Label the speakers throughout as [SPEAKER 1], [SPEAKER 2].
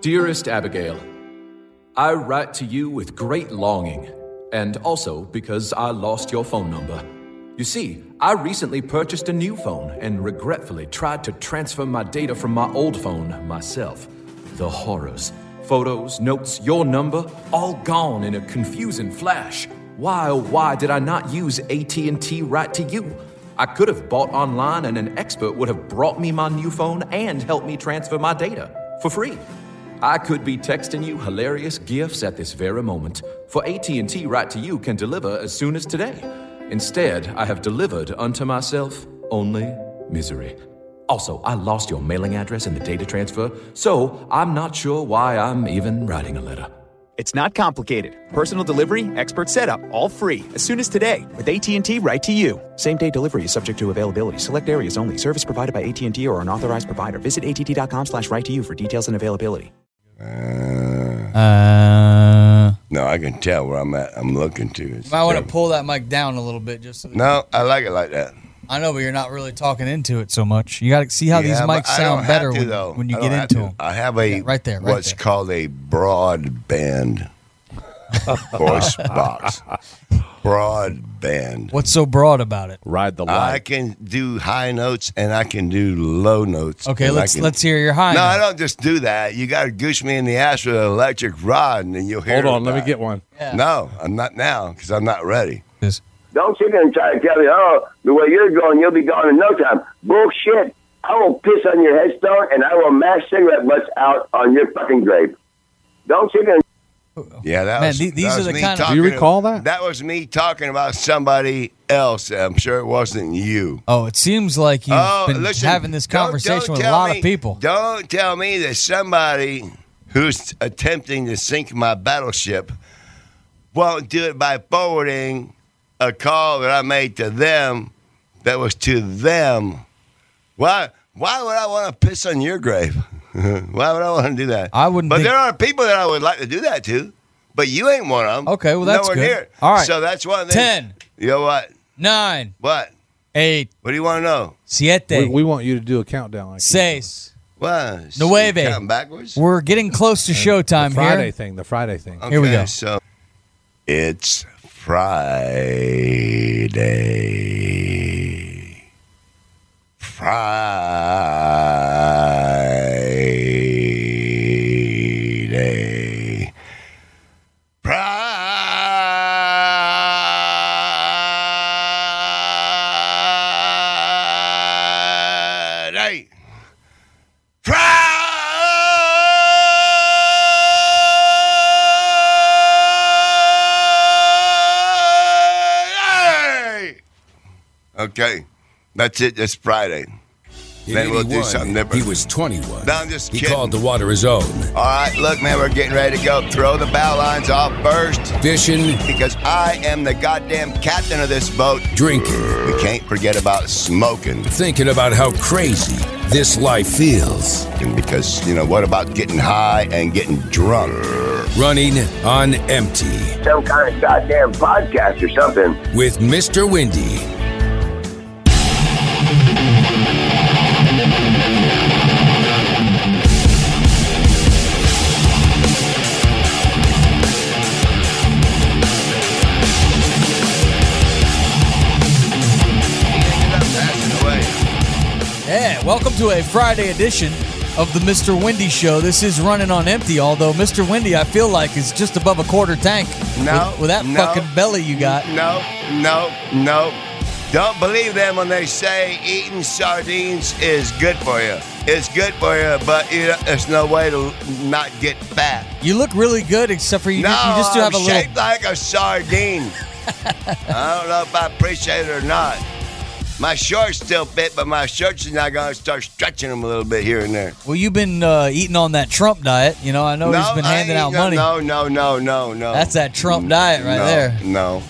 [SPEAKER 1] Dearest Abigail, I write to you with great longing, and also because I lost your phone number. You see, I recently purchased a new phone and regretfully tried to transfer my data from my old phone myself. The horrors. Photos, notes, your number, all gone in a confusing flash. Why, oh why did I not use AT&T right to you? I could have bought online and an expert would have brought me my new phone and helped me transfer my data for free. I could be texting you hilarious gifts at this very moment, for AT&T Right to You can deliver as soon as today. Instead, I have delivered unto myself only misery. Also, I lost your mailing address in the data transfer, so I'm not sure why I'm even writing a letter.
[SPEAKER 2] It's not complicated. Personal delivery, expert setup, all free as soon as today with AT&T Right to You. Same day delivery is subject to availability. Select areas only. Service provided by AT&T or an authorized provider. Visit att.com slash right to you for details and availability.
[SPEAKER 3] Uh,
[SPEAKER 4] No, I can tell where I'm at. I'm looking to. It's
[SPEAKER 3] might want to
[SPEAKER 4] terrible.
[SPEAKER 3] pull that mic down a little bit just so.
[SPEAKER 4] No, I like it like that.
[SPEAKER 3] I know, but you're not really talking into it so much. You got to see how these
[SPEAKER 4] Yeah,
[SPEAKER 3] mics
[SPEAKER 4] but I don't
[SPEAKER 3] sound
[SPEAKER 4] have
[SPEAKER 3] better
[SPEAKER 4] to,
[SPEAKER 3] when,
[SPEAKER 4] though.
[SPEAKER 3] when you
[SPEAKER 4] I
[SPEAKER 3] get
[SPEAKER 4] don't have
[SPEAKER 3] into
[SPEAKER 4] to.
[SPEAKER 3] them.
[SPEAKER 4] I have a
[SPEAKER 3] Yeah, right there, right
[SPEAKER 4] what's
[SPEAKER 3] there.
[SPEAKER 4] called a broadband voice box. Broadband.
[SPEAKER 3] What's so broad about it?
[SPEAKER 5] Ride the
[SPEAKER 4] I
[SPEAKER 5] light.
[SPEAKER 4] can do high notes and I can do low notes.
[SPEAKER 3] Okay,
[SPEAKER 4] and I
[SPEAKER 3] let's
[SPEAKER 4] can-
[SPEAKER 3] let's hear your
[SPEAKER 4] No,
[SPEAKER 3] high.
[SPEAKER 4] I
[SPEAKER 3] note.
[SPEAKER 4] don't just do that. You got to goosh me in the ass with an electric rod, and then you'll hear.
[SPEAKER 5] Hold on, let me
[SPEAKER 4] that.
[SPEAKER 5] get one.
[SPEAKER 4] No, I'm not now because I'm not ready.
[SPEAKER 3] This-
[SPEAKER 6] Don't sit there and try to tell me, oh, the way you're going, you'll be gone in no time. Bullshit. I will piss on your headstone and I will mash cigarette butts out on your fucking grave. Don't sit there and
[SPEAKER 4] Yeah, that
[SPEAKER 3] Man,
[SPEAKER 4] was.
[SPEAKER 3] the- these
[SPEAKER 4] that
[SPEAKER 3] are
[SPEAKER 4] was
[SPEAKER 3] the
[SPEAKER 4] me
[SPEAKER 3] kind of- Do
[SPEAKER 4] talking
[SPEAKER 5] you recall that?
[SPEAKER 4] That was me talking about somebody else. I'm sure it wasn't you.
[SPEAKER 3] Oh, it seems like you've
[SPEAKER 4] oh,
[SPEAKER 3] been
[SPEAKER 4] listen,
[SPEAKER 3] having this
[SPEAKER 4] don't-
[SPEAKER 3] conversation
[SPEAKER 4] don't
[SPEAKER 3] with a
[SPEAKER 4] tell
[SPEAKER 3] lot
[SPEAKER 4] me-
[SPEAKER 3] of people.
[SPEAKER 4] Don't tell me that somebody who's attempting to sink my battleship won't do it by forwarding a call that I made to them that was to them. Why? Why would I want to piss on your grave? why would I want to do that?
[SPEAKER 3] I wouldn't
[SPEAKER 4] But
[SPEAKER 3] think-
[SPEAKER 4] there are people that I would like to do that to, but you ain't one of them.
[SPEAKER 3] Okay, well, that's
[SPEAKER 4] Nowhere
[SPEAKER 3] good.
[SPEAKER 4] Near. it.
[SPEAKER 3] All right.
[SPEAKER 4] So that's one thing.
[SPEAKER 3] Ten,
[SPEAKER 4] You know what?
[SPEAKER 3] nine,
[SPEAKER 4] What?
[SPEAKER 3] eight,
[SPEAKER 4] What do you want to know?
[SPEAKER 5] We,
[SPEAKER 3] siete,
[SPEAKER 5] we want you to do a countdown like
[SPEAKER 3] seis.
[SPEAKER 4] Well,
[SPEAKER 3] Nueve.
[SPEAKER 4] Counting backwards.
[SPEAKER 3] We're getting close to
[SPEAKER 5] the
[SPEAKER 3] showtime
[SPEAKER 5] Friday
[SPEAKER 3] here.
[SPEAKER 5] thing, the Friday thing.
[SPEAKER 3] Here we
[SPEAKER 4] Okay,
[SPEAKER 3] go.
[SPEAKER 4] So it's Friday. Friday. Friday. Friday. Okay, that's it. That's Friday.
[SPEAKER 7] In
[SPEAKER 4] Then we'll do
[SPEAKER 7] 81,
[SPEAKER 4] something different.
[SPEAKER 7] He was 21.
[SPEAKER 4] No, I'm just
[SPEAKER 7] he
[SPEAKER 4] kidding.
[SPEAKER 7] called the water his own.
[SPEAKER 4] All right, look, man, we're getting ready to go. Throw the bow lines off first
[SPEAKER 7] Fishing,
[SPEAKER 4] because I am the goddamn captain of this boat.
[SPEAKER 7] drinking,
[SPEAKER 4] We can't forget about smoking
[SPEAKER 7] thinking about how crazy this life feels.
[SPEAKER 4] because, you know, what about getting high and getting drunk?
[SPEAKER 7] Running on empty
[SPEAKER 6] some kind of goddamn podcast or something.
[SPEAKER 7] with Mr. Windy.
[SPEAKER 4] Passing away.
[SPEAKER 3] Yeah, welcome to a Friday edition of the Mr. Windy Show. This is running on empty, although Mr. Windy, I feel like, is just above a quarter tank.
[SPEAKER 4] No,
[SPEAKER 3] With, with that
[SPEAKER 4] no.
[SPEAKER 3] fucking belly you got.
[SPEAKER 4] No, no, no. Don't believe them when they say eating sardines is good for you. It's good for you, but you know, there's no way to not get fat.
[SPEAKER 3] You look really good, except for you,
[SPEAKER 4] No,
[SPEAKER 3] you just do
[SPEAKER 4] I'm
[SPEAKER 3] have a little.
[SPEAKER 4] shaped like a sardine. I don't know if I appreciate it or not. My shorts still fit, but my shirts is not going to start stretching them a little bit here and there.
[SPEAKER 3] Well, you've been uh, eating on that Trump diet. You know, I know Oh, he's been
[SPEAKER 4] I
[SPEAKER 3] handing
[SPEAKER 4] ain't-
[SPEAKER 3] out
[SPEAKER 4] no,
[SPEAKER 3] money.
[SPEAKER 4] No, no, no, no, no.
[SPEAKER 3] That's that Trump diet right
[SPEAKER 4] No,
[SPEAKER 3] there.
[SPEAKER 4] No,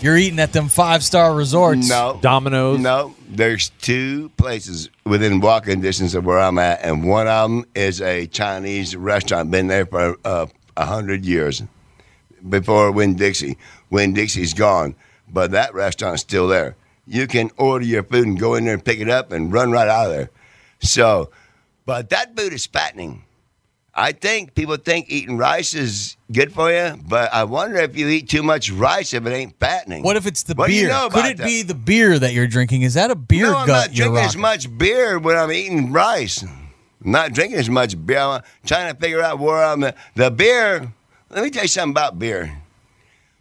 [SPEAKER 3] You're eating at them five star resorts.
[SPEAKER 4] no.
[SPEAKER 5] Dominoes.
[SPEAKER 4] No, there's two places within walking distance of where I'm at, and one of them is a Chinese restaurant. Been there for uh, a hundred years before Win Dixie. Win Dixie's gone, but that restaurant's still there. You can order your food and go in there and pick it up and run right out of there. So, but that food is fattening. I think people think eating rice is good for you, but I wonder if you eat too much rice if it ain't fattening.
[SPEAKER 3] What if it's the
[SPEAKER 4] What do
[SPEAKER 3] beer?
[SPEAKER 4] you know
[SPEAKER 3] Could
[SPEAKER 4] about
[SPEAKER 3] it
[SPEAKER 4] that?
[SPEAKER 3] be the beer that you're drinking? Is that a beer
[SPEAKER 4] no,
[SPEAKER 3] gut
[SPEAKER 4] I'm not
[SPEAKER 3] you're
[SPEAKER 4] drinking as
[SPEAKER 3] rocking?
[SPEAKER 4] much beer when I'm eating rice. I'm not drinking as much beer. I'm trying to figure out where I'm. at. The beer. Let me tell you something about beer.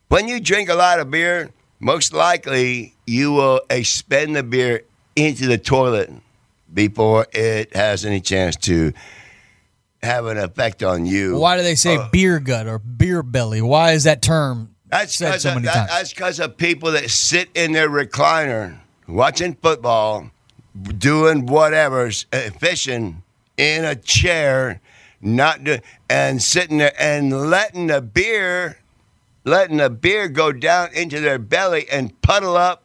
[SPEAKER 4] When you drink a lot of beer, most likely you will expend the beer into the toilet before it has any chance to have an effect on you.
[SPEAKER 3] Why do they say
[SPEAKER 4] Uh.
[SPEAKER 3] beer gut or beer belly? Why is that term
[SPEAKER 4] That's
[SPEAKER 3] said
[SPEAKER 4] because
[SPEAKER 3] so
[SPEAKER 4] of,
[SPEAKER 3] many
[SPEAKER 4] that-
[SPEAKER 3] times?
[SPEAKER 4] that's 'cause of people that sit in their recliner watching football, doing whatever's uh, fishing in a chair, not do, and sitting there and letting the beer, letting the beer go down into their belly and puddle up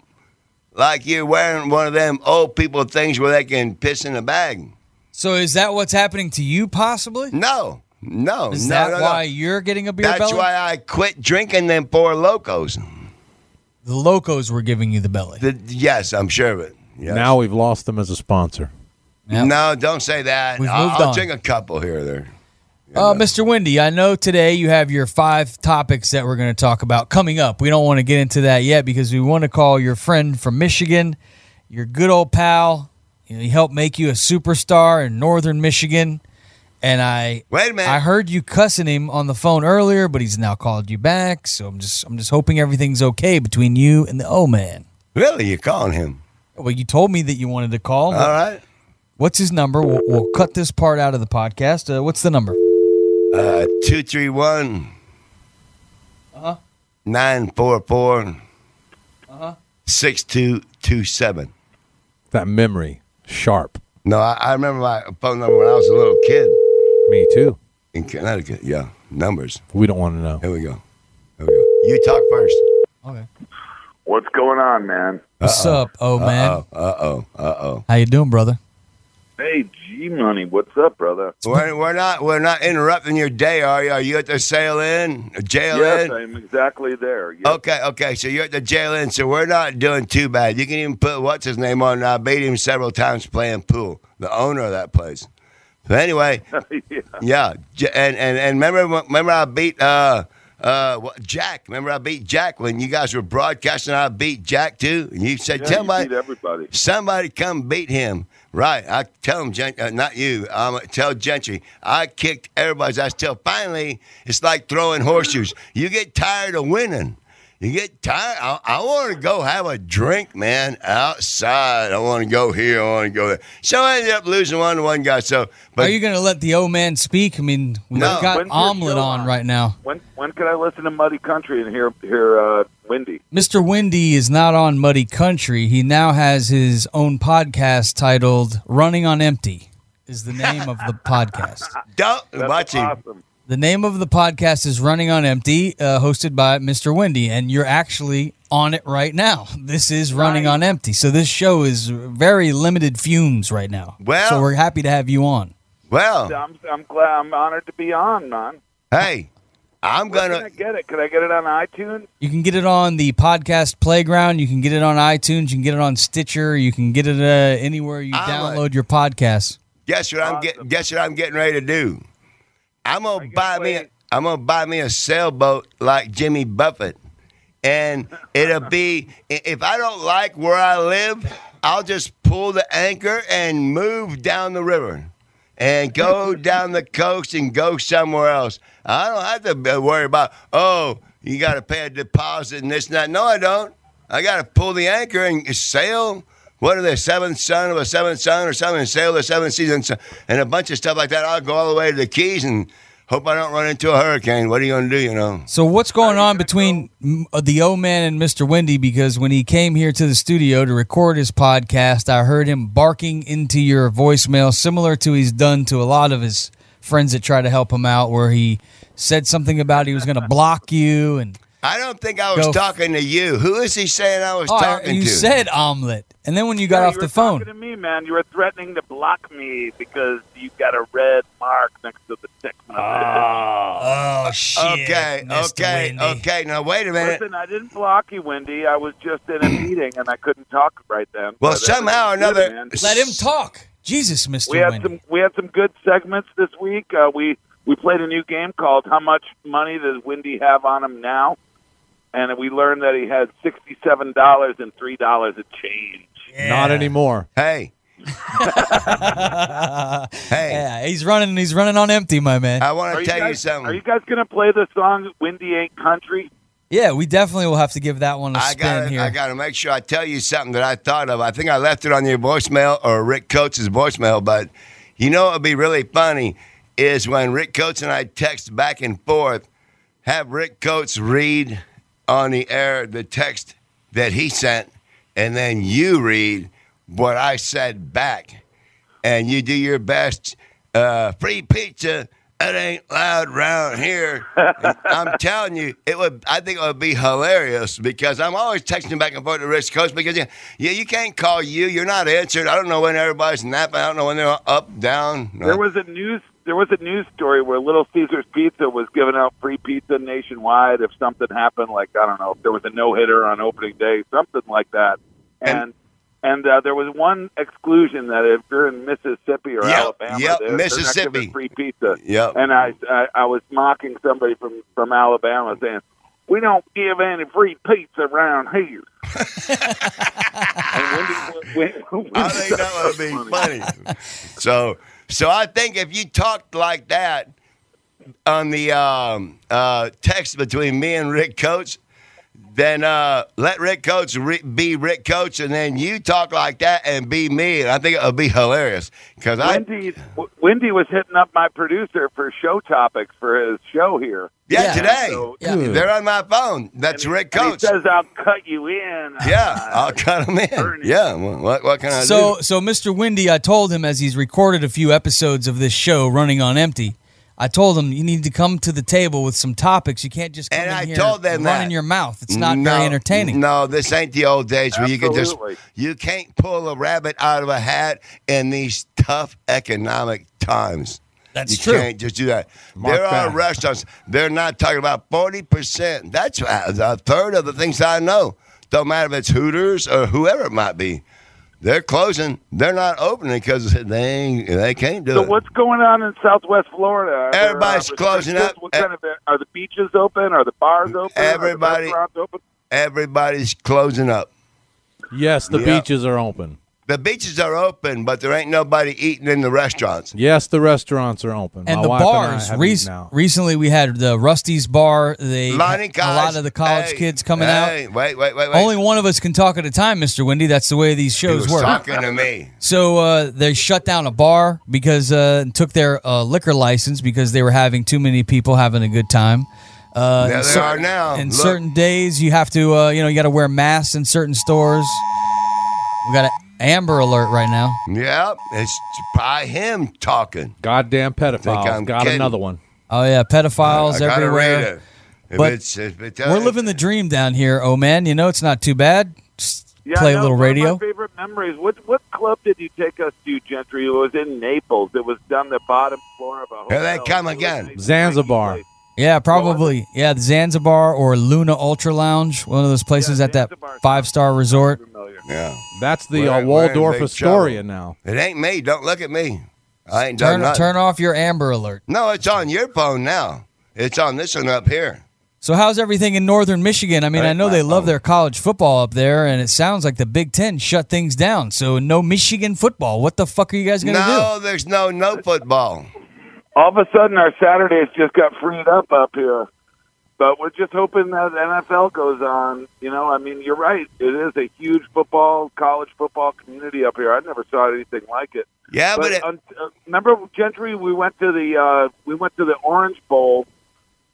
[SPEAKER 4] like you're wearing one of them old people things where they can piss in a bag.
[SPEAKER 3] so is that what's happening to you possibly?
[SPEAKER 4] No, no,
[SPEAKER 3] Is
[SPEAKER 4] no,
[SPEAKER 3] that
[SPEAKER 4] no, no.
[SPEAKER 3] why you're getting a beer
[SPEAKER 4] That's
[SPEAKER 3] belly?
[SPEAKER 4] why I quit drinking them poor locos.
[SPEAKER 3] the locos were giving you the belly.
[SPEAKER 4] The, yes, I'm sure of it. Yes.
[SPEAKER 5] Now we've lost them as a sponsor.
[SPEAKER 3] Yep.
[SPEAKER 4] No, don't say that.
[SPEAKER 3] We've
[SPEAKER 4] I'll,
[SPEAKER 3] moved
[SPEAKER 4] I'll
[SPEAKER 3] on.
[SPEAKER 4] drink a couple here or there.
[SPEAKER 3] Uh, Mr. Wendy, I know today you have your five topics that we're going to talk about coming up. We don't want to get into that yet because we want to call your friend from Michigan, your good old pal. You know, he helped make you a superstar in Northern Michigan. And I,
[SPEAKER 4] Wait a minute.
[SPEAKER 3] I heard you cussing him on the phone earlier, but he's now called you back. So I'm just, I'm just hoping everything's okay between you and the O man.
[SPEAKER 4] Really, you're calling him?
[SPEAKER 3] Well, you told me that you wanted to call.
[SPEAKER 4] All right.
[SPEAKER 3] What's his number? We'll, we'll cut this part out of the podcast. Uh, what's the number?
[SPEAKER 4] Uh, two, three, one. Uh-huh. Nine, four, four. Uh-huh. Six, two, two, seven.
[SPEAKER 5] That memory, sharp.
[SPEAKER 4] No, I, I remember my phone number when I was a little kid
[SPEAKER 5] Me too.
[SPEAKER 4] in Connecticut. Yeah, numbers.
[SPEAKER 5] We don't want to know.
[SPEAKER 4] Here we go. Here we go. You talk first.
[SPEAKER 3] Okay.
[SPEAKER 8] What's going on, man?
[SPEAKER 3] What's up, O man?
[SPEAKER 4] Uh-oh, uh-oh, uh-oh.
[SPEAKER 3] How you doing, brother?
[SPEAKER 8] Hey, G Money, what's up, brother?
[SPEAKER 4] We're, we're not we're not interrupting your day, are you? Are you at the sale in? Jail
[SPEAKER 8] Yes,
[SPEAKER 4] in?
[SPEAKER 8] I'm exactly there. Yes.
[SPEAKER 4] Okay, okay. So you're at the jail end, so we're not doing too bad. You can even put what's his name on. I beat him several times playing pool. The owner of that place. So anyway,
[SPEAKER 8] Yeah.
[SPEAKER 4] yeah, J- and and and remember when- remember I beat uh uh what- Jack. Remember I beat Jack when you guys were broadcasting. I beat Jack too, and you said
[SPEAKER 8] Yeah,
[SPEAKER 4] tell
[SPEAKER 8] you
[SPEAKER 4] my
[SPEAKER 8] beat everybody.
[SPEAKER 4] Somebody come beat him. Right. I tell him, Gen- uh, not you. Um, tell Gentry. I kicked everybody's ass till finally it's like throwing horseshoes. You get tired of winning. You get tired. I, I want to go have a drink, man, outside. I want to go here. I want to go there. So I ended up losing one to one guy. So,
[SPEAKER 3] Are
[SPEAKER 4] but
[SPEAKER 3] you going to let the O man speak? I mean, we've
[SPEAKER 4] No.
[SPEAKER 3] got
[SPEAKER 8] When's your
[SPEAKER 3] omelet
[SPEAKER 8] show
[SPEAKER 3] on
[SPEAKER 8] on?
[SPEAKER 3] right now.
[SPEAKER 8] When when can I listen to Muddy Country and hear hear uh, Wendy?
[SPEAKER 3] Mr. Wendy is not on Muddy Country. He now has his own podcast titled Running on Empty, is the name of the podcast.
[SPEAKER 4] don't
[SPEAKER 8] That's
[SPEAKER 4] watch him.
[SPEAKER 8] awesome.
[SPEAKER 3] The name of the podcast is Running on Empty, uh, hosted by Mr. Wendy, and you're actually on it right now. This is Running on Empty. So this show is very limited fumes right now.
[SPEAKER 4] Well-
[SPEAKER 3] so we're happy to have you on.
[SPEAKER 4] Well,
[SPEAKER 8] I'm I'm glad I'm honored to be on, man.
[SPEAKER 4] hey, I'm
[SPEAKER 8] Where
[SPEAKER 4] gonna.
[SPEAKER 8] can I get it? Can I get it on iTunes?
[SPEAKER 3] You can get it on the podcast playground. You can get it on iTunes. You can get it on Stitcher. You can get it uh, anywhere you
[SPEAKER 4] I'm a-
[SPEAKER 3] download your podcasts.
[SPEAKER 4] Guess what I'm getting? Guess what I'm getting ready to do? I'm gonna
[SPEAKER 8] you
[SPEAKER 4] buy me.
[SPEAKER 8] playing?
[SPEAKER 4] A, I'm gonna buy me a sailboat like Jimmy Buffett, and it'll be i- if I don't like where I live, I'll just pull the anchor and move down the river, and go down the coast and go somewhere else. I don't have to be- worry about oh you got to pay a deposit and this and that. No, I don't. I got to pull the anchor and sail. What are they, seventh son of a seventh son or something? And sail the seventh season so- and a bunch of stuff like that. I'll go all the way to the Keys and hope I don't run into a hurricane. What are you going to do, you know?
[SPEAKER 3] So what's going on between mm, uh, the O man and Mr. Wendy? Because when he came here to the studio to record his podcast, I heard him barking into your voicemail, similar to he's done to a lot of his friends that try to help him out, where he said something about he was going to block you and
[SPEAKER 4] I don't think I was
[SPEAKER 3] Go.
[SPEAKER 4] talking to you. Who is he saying I was
[SPEAKER 3] oh, I-
[SPEAKER 4] talking
[SPEAKER 3] you
[SPEAKER 4] to?
[SPEAKER 3] said omelet, and then when you got
[SPEAKER 8] Yeah,
[SPEAKER 3] off
[SPEAKER 8] you
[SPEAKER 3] the
[SPEAKER 8] were
[SPEAKER 3] phone,
[SPEAKER 8] talking to me, man. You were threatening to block me because you got a red mark next to the text. message.
[SPEAKER 3] oh shit,
[SPEAKER 4] okay,
[SPEAKER 3] Mr.
[SPEAKER 4] okay,
[SPEAKER 3] Wendy.
[SPEAKER 4] okay. Now, wait a minute.
[SPEAKER 8] Listen, I didn't block you, Wendy. I was just in a meeting and I couldn't talk right then.
[SPEAKER 4] Well,
[SPEAKER 8] But
[SPEAKER 4] somehow or
[SPEAKER 8] everything's good,
[SPEAKER 4] another-
[SPEAKER 8] man.
[SPEAKER 3] Let him talk. Jesus, Mr.
[SPEAKER 8] we had
[SPEAKER 3] Wendy.
[SPEAKER 8] some we had some good segments this week. Uh, we we played a new game called "How Much Money Does Wendy Have on Him Now?" and we learned that he had sixty-seven dollars and three dollars of change.
[SPEAKER 5] Not anymore.
[SPEAKER 4] Hey, hey,
[SPEAKER 3] Yeah, he's running. He's running on empty, my man.
[SPEAKER 4] I want
[SPEAKER 8] Are
[SPEAKER 4] to
[SPEAKER 8] you
[SPEAKER 4] tell
[SPEAKER 8] guys,
[SPEAKER 4] you something.
[SPEAKER 8] Are you guys gonna play the song "Windy Ain't Country"?
[SPEAKER 3] Yeah, we definitely will have to give that one a
[SPEAKER 4] I
[SPEAKER 3] spin
[SPEAKER 4] got
[SPEAKER 3] here.
[SPEAKER 4] I got to make sure I tell you something that I thought of. I think I left it on your voicemail or Rick Coates' voicemail, but you know what would be really funny is when Rick Coates and I text back and forth, have Rick Coates read on the air the text that he sent, and then you read what I said back, and you do your best. Uh, free pizza. It ain't loud round here. I'm telling you, it would. I think it would be hilarious because I'm always texting back and forth to Rich Coach because yeah, yeah, you can't call you. You're not answered. I don't know when everybody's napping. I don't know when they're up, down.
[SPEAKER 8] There was a news there was a news story where Little Caesars Pizza was giving out free pizza nationwide if something happened, like I don't know, if there was a no hitter on opening day, something like that.
[SPEAKER 4] And-
[SPEAKER 8] And and uh, there was one exclusion that if you're in Mississippi or
[SPEAKER 4] Yep,
[SPEAKER 8] Alabama,
[SPEAKER 4] yep,
[SPEAKER 8] they're, they're not giving
[SPEAKER 4] Mississippi.
[SPEAKER 8] free pizza.
[SPEAKER 4] Yep.
[SPEAKER 8] And I, I I was mocking somebody from from Alabama saying. We don't give any free pizza around here. and Wendy, Wendy,
[SPEAKER 4] I think that would be funny. So, so I think if you talked like that on the um, uh, text between me and Rick Coates, then uh, let Rick Coates re- be Rick Coates, and then you talk like that and be me. And I think it would be hilarious because I
[SPEAKER 8] Wendy, W- Wendy was hitting up my producer for show topics for his show here.
[SPEAKER 4] yeah,
[SPEAKER 3] Yeah.
[SPEAKER 4] today
[SPEAKER 8] So-
[SPEAKER 3] Yeah.
[SPEAKER 4] they're on my phone. That's Rick
[SPEAKER 8] And he
[SPEAKER 4] Coates.
[SPEAKER 8] says, "I'll cut you in."
[SPEAKER 4] yeah, I'll cut him in.
[SPEAKER 8] Ernie.
[SPEAKER 4] Yeah, what, what can I do?
[SPEAKER 3] so, so Mr. Windy, I told him as he's recorded a few episodes of this show running on empty. I told him you need to come to the table with some topics. You can't just come
[SPEAKER 4] And
[SPEAKER 3] in
[SPEAKER 4] I
[SPEAKER 3] here
[SPEAKER 4] told them that.
[SPEAKER 3] running your mouth. It's not very entertaining.
[SPEAKER 4] No, this ain't the old days where you could
[SPEAKER 8] Absolutely.
[SPEAKER 4] just you can't pull a rabbit out of a hat in these tough economic times.
[SPEAKER 3] That's
[SPEAKER 4] you
[SPEAKER 3] true.
[SPEAKER 4] can't just do that.
[SPEAKER 5] Mark
[SPEAKER 4] there are
[SPEAKER 5] that.
[SPEAKER 4] restaurants. They're not talking about forty percent. That's a a third of the things I know. Don't matter if it's Hooters or whoever it might be. They're closing. They're not opening because they they can't do
[SPEAKER 8] So
[SPEAKER 4] it.
[SPEAKER 8] what's going on in Southwest Florida? Are there,
[SPEAKER 4] Everybody's closing
[SPEAKER 8] restrictions?
[SPEAKER 4] up. E-
[SPEAKER 8] What kind of, are the beaches open? Are the bars open?
[SPEAKER 4] Everybody-
[SPEAKER 8] Are the restaurants open?
[SPEAKER 4] Everybody's closing up.
[SPEAKER 5] Yes, the
[SPEAKER 4] Yeah.
[SPEAKER 5] beaches are open.
[SPEAKER 4] The beaches are open, but there ain't nobody eating in the restaurants.
[SPEAKER 5] Yes, the restaurants are open.
[SPEAKER 3] And
[SPEAKER 5] My
[SPEAKER 3] the
[SPEAKER 5] wife and I
[SPEAKER 3] bars.
[SPEAKER 5] have
[SPEAKER 3] rec-
[SPEAKER 5] eaten out.
[SPEAKER 3] recently, we had the Rusty's bar. They
[SPEAKER 4] Lonnie
[SPEAKER 3] a lot
[SPEAKER 4] guys,
[SPEAKER 3] of the college
[SPEAKER 4] hey,
[SPEAKER 3] kids coming out.
[SPEAKER 4] hey, Wait, wait, wait, wait.
[SPEAKER 3] Only one of us can talk at a time, Mr. Windy. That's the way these
[SPEAKER 4] he
[SPEAKER 3] shows
[SPEAKER 4] was
[SPEAKER 3] work.
[SPEAKER 4] talking to me.
[SPEAKER 3] So uh, they shut down a bar because uh, and took their uh, liquor license because they were having too many people having a good time. Uh,
[SPEAKER 4] There
[SPEAKER 3] and
[SPEAKER 4] they
[SPEAKER 3] cer-
[SPEAKER 4] are now.
[SPEAKER 3] And
[SPEAKER 4] Look.
[SPEAKER 3] certain days you have to, uh, you know, you got to wear masks in certain stores. We got an Amber Alert right now.
[SPEAKER 4] Yep, it's by him talking.
[SPEAKER 5] Goddamn pedophiles.
[SPEAKER 4] I'm
[SPEAKER 5] Got
[SPEAKER 4] kidding.
[SPEAKER 5] another one.
[SPEAKER 3] Oh yeah, pedophiles
[SPEAKER 4] I gotta
[SPEAKER 3] everywhere.
[SPEAKER 4] read it. If
[SPEAKER 3] But
[SPEAKER 4] it's, if it
[SPEAKER 3] We're living the dream down here, oh man. You know it's not too bad. Just play
[SPEAKER 8] no,
[SPEAKER 3] a little
[SPEAKER 8] one of
[SPEAKER 3] radio.
[SPEAKER 8] my favorite memories. What what club did you take us to, Gentry? It was in Naples. It was down the bottom floor of a hotel.
[SPEAKER 4] Here they come
[SPEAKER 8] It was
[SPEAKER 4] again.
[SPEAKER 8] nice,
[SPEAKER 5] Zanzibar.
[SPEAKER 8] nice place.
[SPEAKER 3] Yeah, probably. Yeah, the Zanzibar or Luna Ultra Lounge, one of those places at that
[SPEAKER 8] Zanzibar sounds
[SPEAKER 3] five star resort.
[SPEAKER 8] Familiar.
[SPEAKER 4] Yeah,
[SPEAKER 5] That's the
[SPEAKER 4] We're- we're
[SPEAKER 5] uh,
[SPEAKER 4] in
[SPEAKER 5] Waldorf
[SPEAKER 4] big
[SPEAKER 5] Astoria
[SPEAKER 4] trouble.
[SPEAKER 5] now.
[SPEAKER 4] it ain't me. Don't look at me. I ain't done
[SPEAKER 3] Turn,
[SPEAKER 4] nothing.
[SPEAKER 3] turn off your Amber Alert.
[SPEAKER 4] No, it's on your phone now. It's on this one up here.
[SPEAKER 3] So how's everything in northern Michigan? I mean, I
[SPEAKER 4] Right,
[SPEAKER 3] know
[SPEAKER 4] my
[SPEAKER 3] they love
[SPEAKER 4] phone.
[SPEAKER 3] their college football up there, and it sounds like the Big Ten shut things down. So no Michigan football. What the fuck are you guys gonna
[SPEAKER 4] No, there's no no football.
[SPEAKER 8] all of a sudden our Saturdays just got freed up up here. But we're just hoping that NFL goes on. You know, I mean, you're right. It is a huge football, college football community up here. I never saw anything like it.
[SPEAKER 4] Yeah,
[SPEAKER 3] Oh,
[SPEAKER 4] but,
[SPEAKER 8] But
[SPEAKER 4] it,
[SPEAKER 8] un- uh, remember, Gentry, we went to the uh, we went to the Orange Bowl,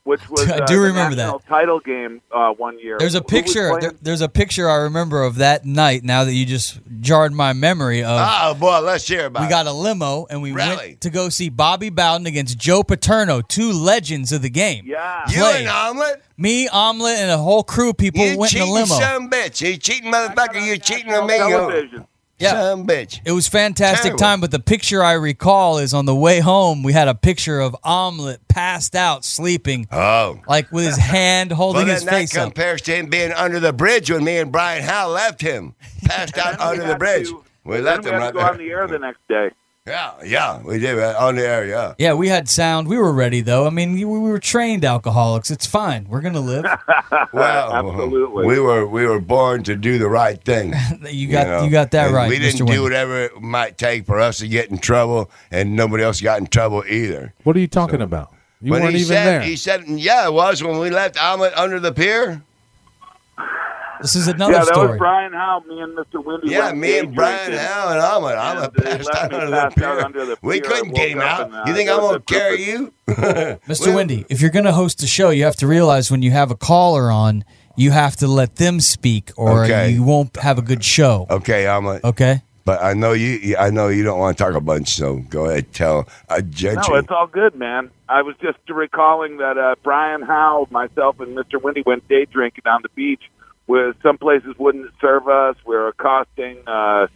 [SPEAKER 8] which was
[SPEAKER 3] I
[SPEAKER 8] uh,
[SPEAKER 3] do
[SPEAKER 8] the
[SPEAKER 3] remember that.
[SPEAKER 8] national title game uh, one year.
[SPEAKER 3] do? There's a
[SPEAKER 8] Who was
[SPEAKER 3] picture.
[SPEAKER 8] playing?
[SPEAKER 3] there- there's a picture I remember of that night. Now that you just jarred my memory of.
[SPEAKER 4] oh boy, let's hear about
[SPEAKER 3] we
[SPEAKER 4] it.
[SPEAKER 3] got a limo and we
[SPEAKER 4] Really?
[SPEAKER 3] went to go see Bobby Bowden against Joe Paterno, two legends of the game.
[SPEAKER 8] yeah,
[SPEAKER 4] you
[SPEAKER 3] play.
[SPEAKER 4] an omelet.
[SPEAKER 3] Me, Omelet, and a whole crew of people
[SPEAKER 4] You
[SPEAKER 3] went in a
[SPEAKER 4] cheating
[SPEAKER 3] limo.
[SPEAKER 4] some bitch. You cheating motherfucker. You cheating on me.
[SPEAKER 8] television.
[SPEAKER 3] Yeah.
[SPEAKER 4] Some bitch.
[SPEAKER 3] It was fantastic
[SPEAKER 4] Terrible.
[SPEAKER 3] time, but the picture I recall is on the way home. We had a picture of Omelet passed out, sleeping,
[SPEAKER 4] Oh.
[SPEAKER 3] like with his hand holding
[SPEAKER 4] Well, then
[SPEAKER 3] his face
[SPEAKER 4] that
[SPEAKER 3] up.
[SPEAKER 4] compares to him being under the bridge when me and Brian Howe left him, passed out
[SPEAKER 8] Then we
[SPEAKER 4] under the
[SPEAKER 8] had
[SPEAKER 4] bridge.
[SPEAKER 8] to-
[SPEAKER 4] we
[SPEAKER 8] then
[SPEAKER 4] left
[SPEAKER 8] we
[SPEAKER 4] him
[SPEAKER 8] had to
[SPEAKER 4] right
[SPEAKER 8] go
[SPEAKER 4] there.
[SPEAKER 8] on the air the next day.
[SPEAKER 4] Yeah, yeah, we did right, on the air. Yeah,
[SPEAKER 3] Yeah, we had sound. We were ready though. I mean, we we were trained alcoholics. It's fine. We're gonna live.
[SPEAKER 4] well,
[SPEAKER 8] absolutely.
[SPEAKER 4] We were we were born to do the right thing.
[SPEAKER 3] You got you,
[SPEAKER 4] know?
[SPEAKER 3] got that
[SPEAKER 4] And
[SPEAKER 3] right.
[SPEAKER 4] We didn't
[SPEAKER 3] Mr.
[SPEAKER 4] do
[SPEAKER 3] Wendy.
[SPEAKER 4] whatever it might take for us to get in trouble, and nobody else got in trouble either.
[SPEAKER 5] What are you talking about? You
[SPEAKER 4] But
[SPEAKER 5] weren't
[SPEAKER 4] he
[SPEAKER 5] even
[SPEAKER 4] said,
[SPEAKER 5] there.
[SPEAKER 4] He said, "Yeah, it was when we left Omelet under the pier."
[SPEAKER 3] This is
[SPEAKER 8] Yeah,
[SPEAKER 3] another
[SPEAKER 8] that
[SPEAKER 3] story.
[SPEAKER 8] was Brian Howe, me and Mr. Windy.
[SPEAKER 4] Yeah,
[SPEAKER 8] went
[SPEAKER 4] me
[SPEAKER 8] day
[SPEAKER 4] and Brian
[SPEAKER 8] drinking.
[SPEAKER 4] Howe and Omelet. Omelet
[SPEAKER 8] And they
[SPEAKER 4] passed
[SPEAKER 8] left
[SPEAKER 4] out
[SPEAKER 8] me
[SPEAKER 4] under the
[SPEAKER 8] passed out
[SPEAKER 4] pier.
[SPEAKER 8] under the
[SPEAKER 4] we
[SPEAKER 8] pier,
[SPEAKER 4] couldn't get
[SPEAKER 8] woke
[SPEAKER 4] him
[SPEAKER 8] up
[SPEAKER 4] out.
[SPEAKER 8] and, uh,
[SPEAKER 4] you think I'm
[SPEAKER 8] there was
[SPEAKER 4] gonna
[SPEAKER 8] a group
[SPEAKER 4] carry
[SPEAKER 8] of-
[SPEAKER 4] you?
[SPEAKER 3] Mr.
[SPEAKER 4] Well-
[SPEAKER 3] Wendy, if you're going to host a show, you have to realize when you have a caller on, you have to let them speak, or
[SPEAKER 4] Okay. Oh.
[SPEAKER 3] you won't have a good show.
[SPEAKER 4] Okay, Omelet.
[SPEAKER 3] Okay.
[SPEAKER 4] But I know you- you. I know you don't want to talk a bunch, so go ahead tell a judge.
[SPEAKER 8] No, it's all good, man. I was just recalling that uh, Brian Howe, myself, and Mr. Windy went day drinking on the beach where some places wouldn't serve us. We were accosting. Uh,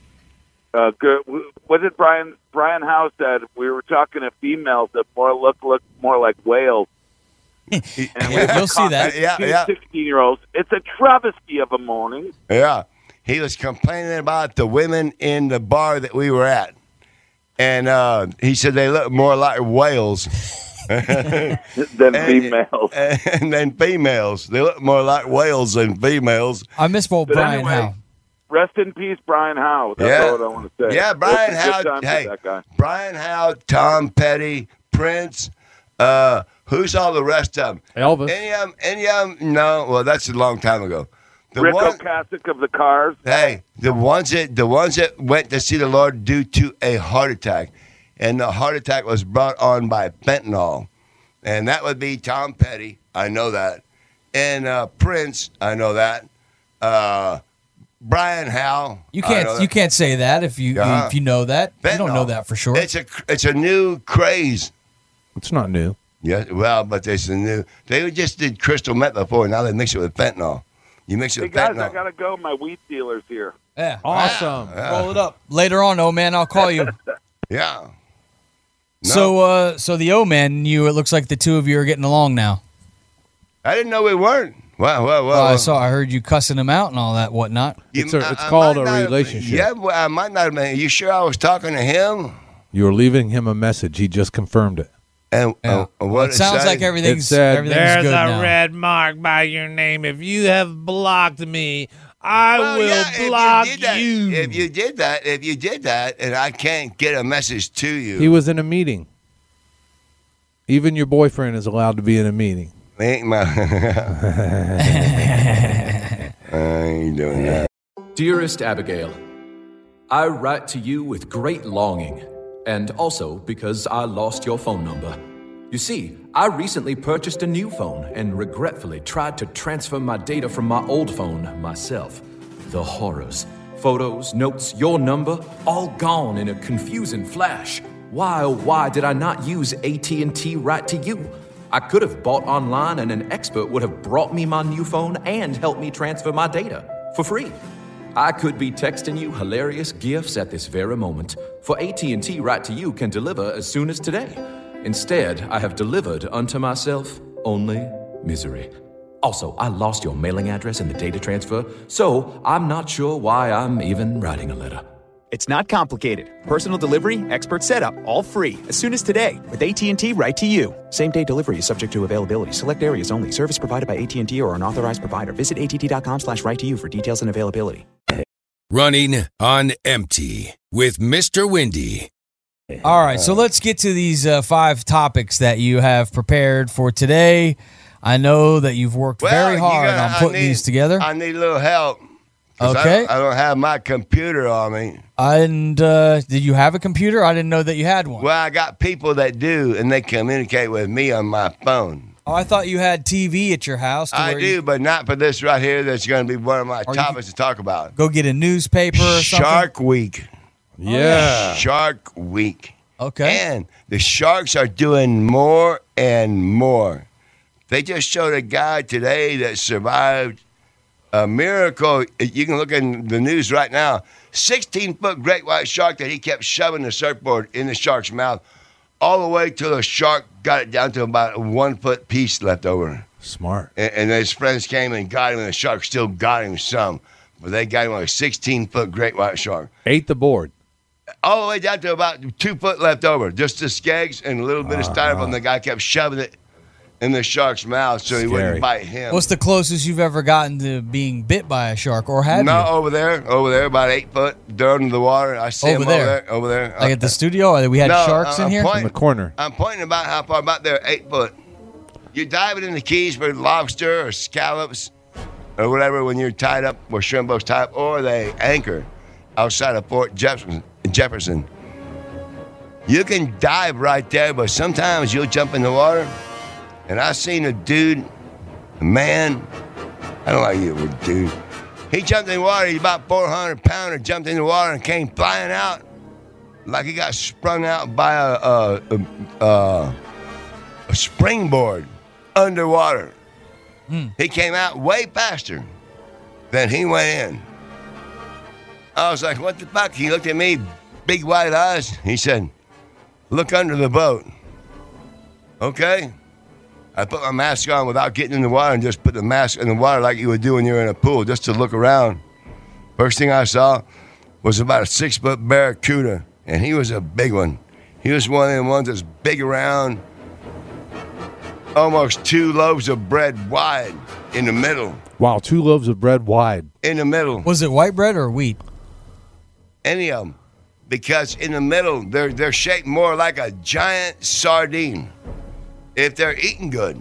[SPEAKER 8] uh, good. What did Brian Brian Howe said? We were talking to females that more look look more like whales. And we
[SPEAKER 3] You'll see that.
[SPEAKER 4] Yeah, yeah.
[SPEAKER 8] Sixteen year olds. It's a travesty of a morning.
[SPEAKER 4] Yeah. He was complaining about the women in the bar that we were at. And uh, he said they look more like whales
[SPEAKER 8] Than females.
[SPEAKER 4] and than females. They look more like whales than females.
[SPEAKER 3] I miss old
[SPEAKER 8] But
[SPEAKER 3] Brian
[SPEAKER 8] anyway-
[SPEAKER 3] Howe.
[SPEAKER 8] Rest in peace, Brian Howe. That's
[SPEAKER 4] Yeah.
[SPEAKER 8] all I want to say.
[SPEAKER 4] Yeah, Brian
[SPEAKER 8] It's a good
[SPEAKER 4] Howe.
[SPEAKER 8] time for
[SPEAKER 4] Hey,
[SPEAKER 8] that guy.
[SPEAKER 4] Brian Howe, Tom Petty, Prince. Uh, who's all the rest of them?
[SPEAKER 5] Elvis.
[SPEAKER 4] Any of them? Any of them? No. Well, that's a long time ago. The
[SPEAKER 8] Rick
[SPEAKER 4] one-
[SPEAKER 8] Ocasek of the Cars.
[SPEAKER 4] Hey, the ones that the ones that went to see the Lord due to a heart attack, and the heart attack was brought on by fentanyl, and that would be Tom Petty. I know that, and uh, Prince. I know that. Uh, Brian Howe.
[SPEAKER 3] You
[SPEAKER 4] I know
[SPEAKER 3] can't
[SPEAKER 4] that.
[SPEAKER 3] you can't say that if you
[SPEAKER 4] Uh-huh.
[SPEAKER 3] if you know that. You don't know
[SPEAKER 4] Fentanyl.
[SPEAKER 3] that for sure.
[SPEAKER 4] It's a it's a new craze.
[SPEAKER 5] it's not new.
[SPEAKER 4] Yeah, well, but it's a new. They just did crystal meth before. Now they mix it with fentanyl. You mix it
[SPEAKER 8] Hey
[SPEAKER 4] with
[SPEAKER 8] guys, I
[SPEAKER 4] fentanyl.
[SPEAKER 8] gotta go. My weed dealer's here.
[SPEAKER 3] yeah.
[SPEAKER 5] Awesome.
[SPEAKER 3] Roll it up. Later on, oh man, I'll call you.
[SPEAKER 4] yeah. No.
[SPEAKER 3] So uh so the O man and you it looks like the two of you are getting along now.
[SPEAKER 4] I didn't know we weren't. Wow, wow, wow.
[SPEAKER 3] Well, Oh, I
[SPEAKER 4] wow.
[SPEAKER 3] saw I heard you cussing him out and all that whatnot.
[SPEAKER 4] You-
[SPEAKER 5] It's a- it's
[SPEAKER 4] I- I
[SPEAKER 5] called
[SPEAKER 4] might
[SPEAKER 5] a
[SPEAKER 4] not have-
[SPEAKER 5] relationship.
[SPEAKER 4] Yeah, well, I might not have been. You sure I was talking to him?
[SPEAKER 5] You were leaving him a message. He just confirmed it.
[SPEAKER 4] And
[SPEAKER 3] Yeah.
[SPEAKER 4] uh, what
[SPEAKER 3] it sounds like
[SPEAKER 4] everything.
[SPEAKER 3] everything's
[SPEAKER 5] said,
[SPEAKER 3] everything's good now.
[SPEAKER 9] mark by your name. If you have blocked me, I
[SPEAKER 4] if you, did that, if you did that, if you did that, and I can't get a message to you,
[SPEAKER 5] He was in a meeting. Even your boyfriend is allowed to be in a meeting.
[SPEAKER 4] ain't my. I ain't doing that.
[SPEAKER 1] Dearest Abigail, I write to you with great longing, and also because I lost your phone number. You see, I recently purchased a new phone and regretfully tried to transfer my data from my old phone myself. The horrors. Photos, notes, your number, all gone in a confusing flash. Why, oh, why did I not use AT&T Right to You? I could have bought online and an expert would have brought me my new phone and helped me transfer my data for free. I could be texting you hilarious gifts at this very moment, for AT&T Right to You can deliver as soon as today. Instead, I have delivered unto myself only misery. Also, I lost your mailing address in the data transfer, so I'm not sure why I'm even writing a letter.
[SPEAKER 2] It's not complicated. Personal delivery, expert setup, all free as soon as today with AT&T Right to You. Same day delivery is subject to availability. Select areas only. Service provided by AT&T or an authorized provider. Visit att.com slash right to you for details and availability.
[SPEAKER 7] Running on empty with Mr. Windy.
[SPEAKER 3] All right, so let's get to these uh, five topics that you have prepared for today. I know that you've worked
[SPEAKER 4] Well,
[SPEAKER 3] very
[SPEAKER 4] you
[SPEAKER 3] hard
[SPEAKER 4] gotta-
[SPEAKER 3] on
[SPEAKER 4] I
[SPEAKER 3] putting
[SPEAKER 4] need-
[SPEAKER 3] these together,
[SPEAKER 4] I need a little help. 'cause I don't-
[SPEAKER 3] Okay.
[SPEAKER 4] I don't, have my computer on me.
[SPEAKER 3] and uh, did you have a computer? I didn't know that you had one.
[SPEAKER 4] Well, I got people that do, and they communicate with me on my phone.
[SPEAKER 3] Oh, I thought you had TV at your house. To
[SPEAKER 4] I
[SPEAKER 3] where
[SPEAKER 4] do,
[SPEAKER 3] You
[SPEAKER 4] but not for this right here. That's going to be one of my
[SPEAKER 3] you-
[SPEAKER 4] topics to talk about.
[SPEAKER 3] go get a newspaper or something.
[SPEAKER 4] Shark Week.
[SPEAKER 5] yeah.
[SPEAKER 4] Shark Week.
[SPEAKER 3] Okay.
[SPEAKER 4] And the sharks are doing more and more. They just showed a guy today that survived a miracle. You can look in the news right now. 16 foot great white shark that he kept shoving the surfboard in the shark's mouth all the way till the shark got it down to about a one foot piece left over.
[SPEAKER 5] Smart.
[SPEAKER 4] And, and his friends came and got him, and the shark still got him some. But they got him on a 16 foot great white shark.
[SPEAKER 5] Ate the board.
[SPEAKER 4] all the way down to about two foot left over, just the skags and a little bit of styrofoam. The guy kept shoving it in the shark's mouth so he
[SPEAKER 2] Scary.
[SPEAKER 4] wouldn't bite him.
[SPEAKER 3] What's the closest you've ever gotten to being bit by a shark, or have
[SPEAKER 4] no, uh,
[SPEAKER 3] you?
[SPEAKER 4] over there, over there, about eight foot down in the water. I see
[SPEAKER 3] Over
[SPEAKER 4] him
[SPEAKER 3] there?
[SPEAKER 4] over there, over there.
[SPEAKER 3] Like at the studio, or that we had
[SPEAKER 4] uh, No,
[SPEAKER 3] sharks
[SPEAKER 4] uh,
[SPEAKER 3] in here.
[SPEAKER 4] point-
[SPEAKER 5] in the corner.
[SPEAKER 4] I'm pointing about how far, about there, eight foot. You're diving in the keys for lobster or scallops or whatever when you're tied up, or shrimp boats tied up, or they anchor outside of Fort Jefferson. Jefferson. You can dive right there, but sometimes you'll jump in the water. And I seen a dude, a man, I don't like you, but dude. He jumped in the water, he's about 400 pounder, jumped in the water and came flying out like he got sprung out by a, a, a, a, a springboard underwater. He came out way faster than he went in. I was like, what the fuck? He looked at me, big white eyes. He said, look under the boat. Okay. I put my mask on without getting in the water and just put the mask in the water like you would do when you're in a pool, just to look around. First thing I saw was about a six foot barracuda, and he was a big one. He was one of them ones that's big around, almost two loaves of bread wide in the middle.
[SPEAKER 5] Wow, two loaves of bread wide.
[SPEAKER 4] In the middle.
[SPEAKER 3] Was it white bread or wheat?
[SPEAKER 4] any of them because in the middle they're they're shaped more like a giant sardine if they're eating good.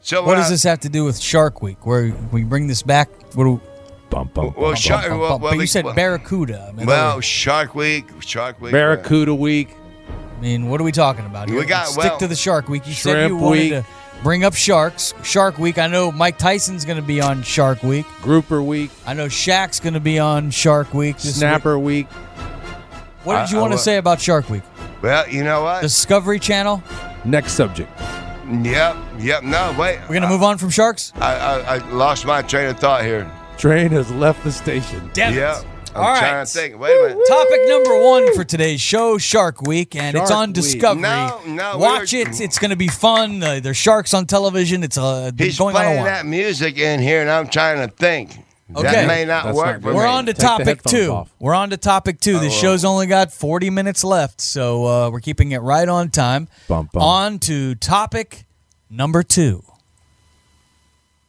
[SPEAKER 4] So
[SPEAKER 3] What
[SPEAKER 4] when
[SPEAKER 3] does
[SPEAKER 4] I-
[SPEAKER 3] this have to do with Shark Week? Where we bring this back? What do,
[SPEAKER 5] Bum, bum,
[SPEAKER 4] Well,
[SPEAKER 5] bum,
[SPEAKER 4] shark.
[SPEAKER 5] bum.
[SPEAKER 4] Well,
[SPEAKER 3] but
[SPEAKER 4] well,
[SPEAKER 3] you
[SPEAKER 4] we-
[SPEAKER 3] said
[SPEAKER 4] well,
[SPEAKER 3] barracuda. I mean,
[SPEAKER 4] Well, Shark Week, Shark Week. uh,
[SPEAKER 5] Barracuda week.
[SPEAKER 3] I mean, what are we talking about? Here?
[SPEAKER 4] We got-
[SPEAKER 3] Stick
[SPEAKER 4] well,
[SPEAKER 3] to the Shark Week. You said
[SPEAKER 5] Shrimp
[SPEAKER 3] you wanted
[SPEAKER 5] Week.
[SPEAKER 3] to bring up sharks. Shark Week. I know Mike Tyson's going to be on Shark Week.
[SPEAKER 5] Grouper week.
[SPEAKER 3] I know Shaq's going to be on Shark Week. This
[SPEAKER 5] Snapper week.
[SPEAKER 3] Week. What did
[SPEAKER 4] I-
[SPEAKER 3] you
[SPEAKER 4] I
[SPEAKER 3] want to
[SPEAKER 4] will-
[SPEAKER 3] say about Shark Week?
[SPEAKER 4] Well, you know what?
[SPEAKER 3] Discovery Channel.
[SPEAKER 5] Next subject.
[SPEAKER 4] yep, yep. No, wait.
[SPEAKER 3] We're going to move on from sharks.
[SPEAKER 4] I, I, I lost my train of thought here.
[SPEAKER 5] Train has left the station.
[SPEAKER 3] Damn it.
[SPEAKER 4] Yep. I'm
[SPEAKER 3] All
[SPEAKER 4] trying
[SPEAKER 3] right.
[SPEAKER 4] to think. Wait a minute.
[SPEAKER 3] Topic number one for today's show: Shark Week, and it's
[SPEAKER 5] Shark
[SPEAKER 3] on
[SPEAKER 5] Week.
[SPEAKER 3] Discovery.
[SPEAKER 4] No, no, we
[SPEAKER 3] watch
[SPEAKER 4] were-
[SPEAKER 3] it. It's going to be fun. Uh, there's sharks on television. It's uh,
[SPEAKER 4] He's
[SPEAKER 3] going on a
[SPEAKER 4] playing
[SPEAKER 3] while.
[SPEAKER 4] that music in here, and I'm trying to think.
[SPEAKER 3] Okay.
[SPEAKER 4] That may not
[SPEAKER 5] That's
[SPEAKER 4] work.
[SPEAKER 5] not
[SPEAKER 4] for
[SPEAKER 5] good.
[SPEAKER 4] me.
[SPEAKER 3] We're on to
[SPEAKER 5] Take the
[SPEAKER 3] topic
[SPEAKER 5] headphones
[SPEAKER 3] two.
[SPEAKER 5] off.
[SPEAKER 3] We're on to topic two.
[SPEAKER 4] Oh,
[SPEAKER 3] this show's only got 40 minutes left, so uh, we're keeping it right on time.
[SPEAKER 5] Bum, bum.
[SPEAKER 3] On to topic number two.